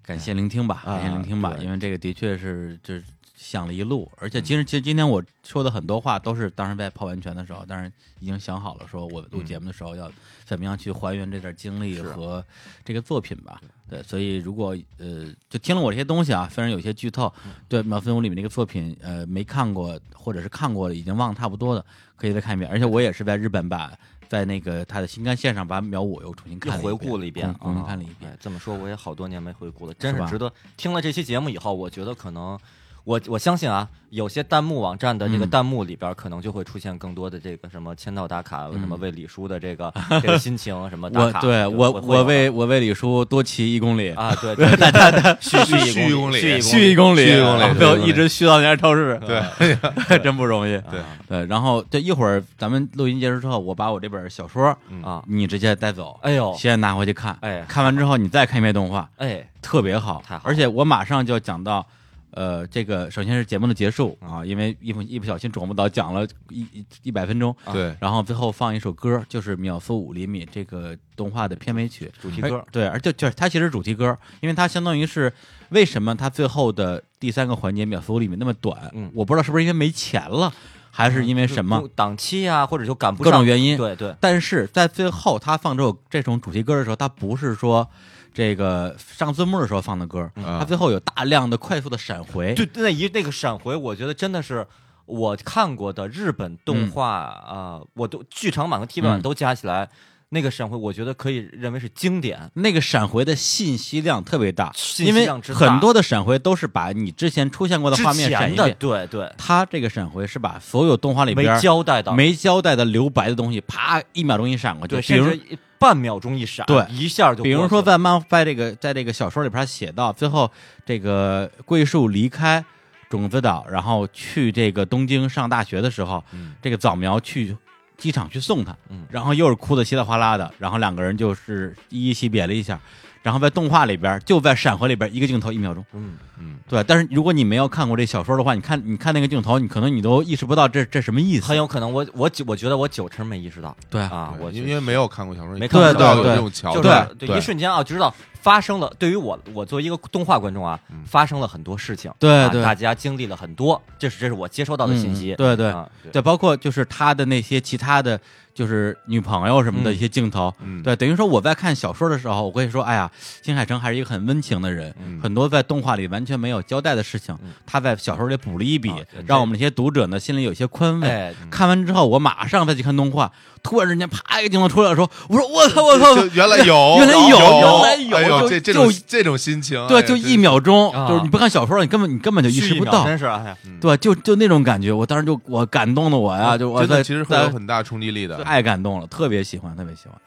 感谢聆听吧，啊感谢聆听吧，对因为这个的确是就是想了一路，而且其嗯实其实今天我说的很多话都是当时在泡温泉的时候，当然已经想好了，说我录节目的时候要怎么样去还原这段经历嗯是啊和这个作品吧。对，所以如果呃，就听了我这些东西啊，虽然有些剧透，嗯对《秒分屋》里面那个作品，呃，没看过或者是看过了已经忘得差不多的，可以再看一遍。而且我也是在日本把在那个他的新干线上把秒五又重新又看了一回遍顾了一遍嗯，重新啊看了一遍。哎这么说，我也好多年没回顾了，真是是吧值得。听了这期节目以后，我觉得可能，我我相信啊，有些弹幕网站的这个嗯弹幕里边，可能就会出现更多的这个什么签到打卡，什么为李叔的 这个这个心情什么嗯打我卡。对就我会会我有的为我为李叔多骑一公里，啊，对， 对对续续续一一公里续续一一公里，续一公里然对后对一直续到那家超市，对， 对，真不容易。啊对对，然后对一会儿咱们录音结束之后，我把我这本小说嗯啊，你直接带走，哎呦，先拿回去看，哎看完之后你再看一遍动画，哎，特别好，太好了而且我马上就要讲到，呃，这个首先是节目的结束嗯啊，因为一不一不小心琢磨到讲了一一一百分钟，啊对，然后最后放一首歌，就是《秒速五厘米》这个动画的片尾曲。主题歌而，对，而且就是它其实是主题歌，因为它相当于是为什么它最后的第三个环节秒速五厘米那么短，嗯我不知道是不是因为没钱了，还是因为什么，档期啊，或者就赶不各上种原因。对对，但是在最后他放这首这种主题歌的时候，他不是说这个上字幕的时候放的歌，嗯他最后有大量的快速的闪回。就那一那个闪回，我觉得真的是我看过的日本动画啊、我都剧场版和 TV 版嗯都加起来，那个闪回我觉得可以认为是经典。那个闪回的信息量特别大，信息因为量之大很多的闪回都是把你之前出现过的之画面闪前一的遍。对对，他这个闪回是把所有动画里没边交代到，没交代的留白的东西，啪一秒钟一闪过去。对，比甚如至一半秒钟一闪，对一下就比如过去说了在漫在这个在这个小说里边，他写到最后这个桂树离开种子岛，然后去这个东京上大学的时候，嗯这个早苗去机场去送他，嗯然后又是哭的稀里哗啦的，然后两个人就是依依惜别了一下，然后在动画里边就在闪回里边一个镜头一秒钟，嗯嗯，对，但是如果你没有看过这小说的话，你看你看那个镜头，你可能你都意识不到这这什么意思，很有可能我我九我觉得我九成没意识到对啊，啊，对我因因为没有看过小说，没你看不过知道对有对这种桥就是段，对一瞬间啊，就知道发生了。对于我，我作为一个动画观众啊嗯，发生了很多事情，对啊对大家经历了很多，这是这是我接收到的信息嗯。对对啊对，包括就是他的那些其他的就是女朋友什么的嗯一些镜头，嗯，对，等于说我在看小说的时候，我会说，哎呀，新海诚还是一个很温情的人，嗯很多在动画里完全没有交代的事情，嗯他在小说里补了一笔，啊对让我们这些读者呢心里有些宽慰。哎，看完之后，我马上再去看动画，突然之间啪一个镜头出来的时候，我说我操我就操！原来有，原来有有，原来有哎呦就这这种就这种心情，对，哎呀就一真秒钟，啊就是你不看小说，你根本你根本就意识不虚拟到嗯真，是哎呀对，就就那种感觉，我当时就我感动的我呀，啊就我真在的其实会有在很大冲击力的。太感动了，特别喜欢，特别喜欢。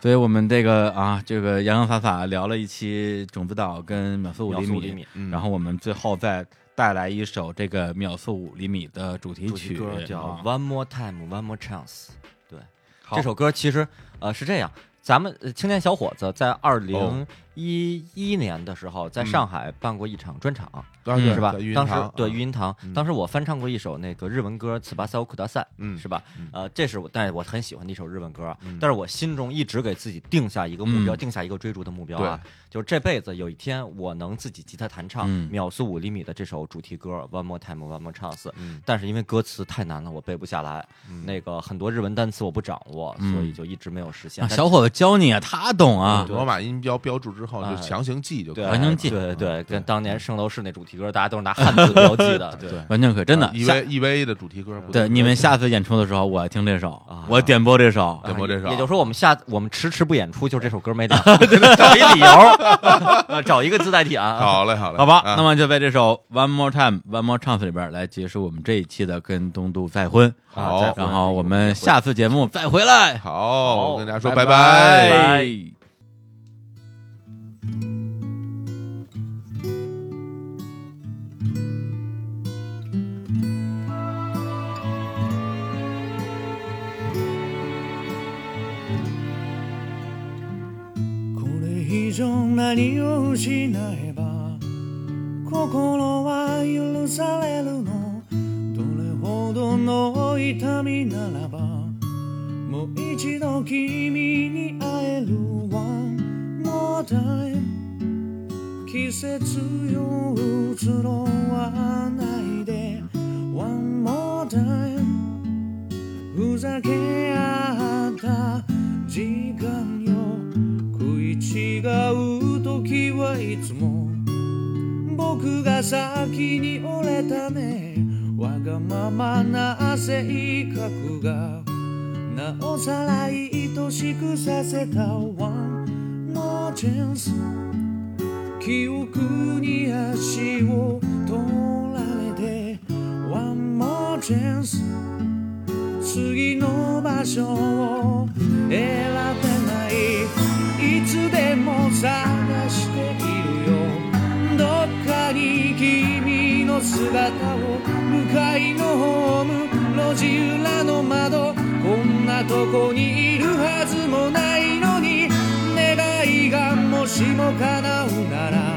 所以我们这个啊，这个洋洋洒洒聊了一期《种子岛》跟《秒速五秒厘速米》五厘米嗯然后我们最后再带来一首这个《秒速五厘米》的主题主题曲，歌叫啊《One More Time, One More Chance》。对，好这首歌其实呃是这样，咱们呃青年小伙子在二零哦一一年的时候，在嗯上海办过一场专场，啊对嗯是吧在育？婴当时堂对啊育婴堂嗯，当时我翻唱过一首那个日文歌《此巴塞库达塞》，嗯是吧嗯？呃，这是我，但是我很喜欢的一首日文歌啊嗯，但是我心中一直给自己定下一个目标，嗯定下一个追逐的目标啊，就是这辈子有一天我能自己吉他弹唱嗯《秒速五厘米》的这首主题歌《One More Time, One More Chance》。嗯但是因为歌词太难了，我背不下来，嗯那个很多日文单词我不掌握，嗯所以就一直没有实现。啊但小伙子教你啊，他懂啊，罗马音标标注之后就哎强行记就可对以了，还能记对对，对跟当年圣斗士那主题歌，大家都是拿汉字标记的，对。完全可以真啊的。下 EV EV ，E 的主题歌不对你们下次演出的时候，我听这首啊，我点播这首，啊点播这首也就是说，我们下我们迟迟不演出，就是这首歌没点上， 找一理由， 找一个自代替啊。好嘞好嘞，好吧，啊那么就在这首《One More Time, One More Chance》里边来结束我们这一期的跟东渡再婚。啊再会好然后我们下次节目再回来，好，我跟大家说拜拜拜拜これ以上何を失えば心は許されるのどれほどの痛みならばもう一度君に会える One more time 季節よ移ろわないで One more time ふざけ合った時間よ食い違う時はいつも僕が先に折れたねわがままな性格がなおさら愛しくさせた One more chance 記憶に足を取られて One more chance 次の場所を選べないいつでも探しているよどっかに君の姿を向かいのホーム路地裏の窓こんなとこにいるはずもないのに願いがもしも叶うなら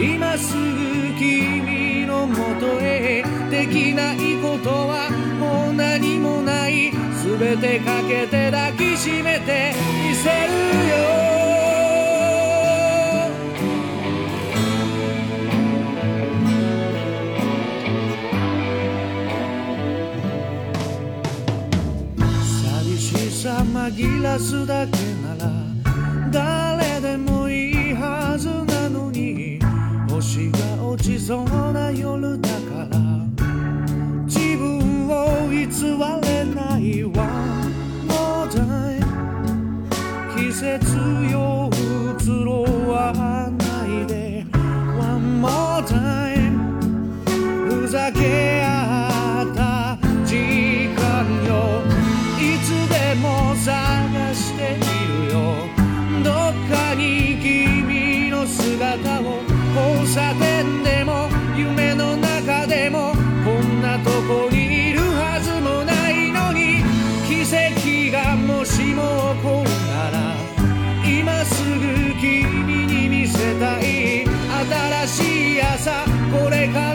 今すぐ君のもとへできないことはもう何もない全てかけて抱きしめてみせるよ寂しさ紛らすだけなら誰でもいいはずなのに星が落ちそうな夜だから自分を偽れないわ More time 季節よ移ろわないで One more time ふざけ合った時間よいつでも探しているよどっかに君の姿を交差点でも夢の中でさこれから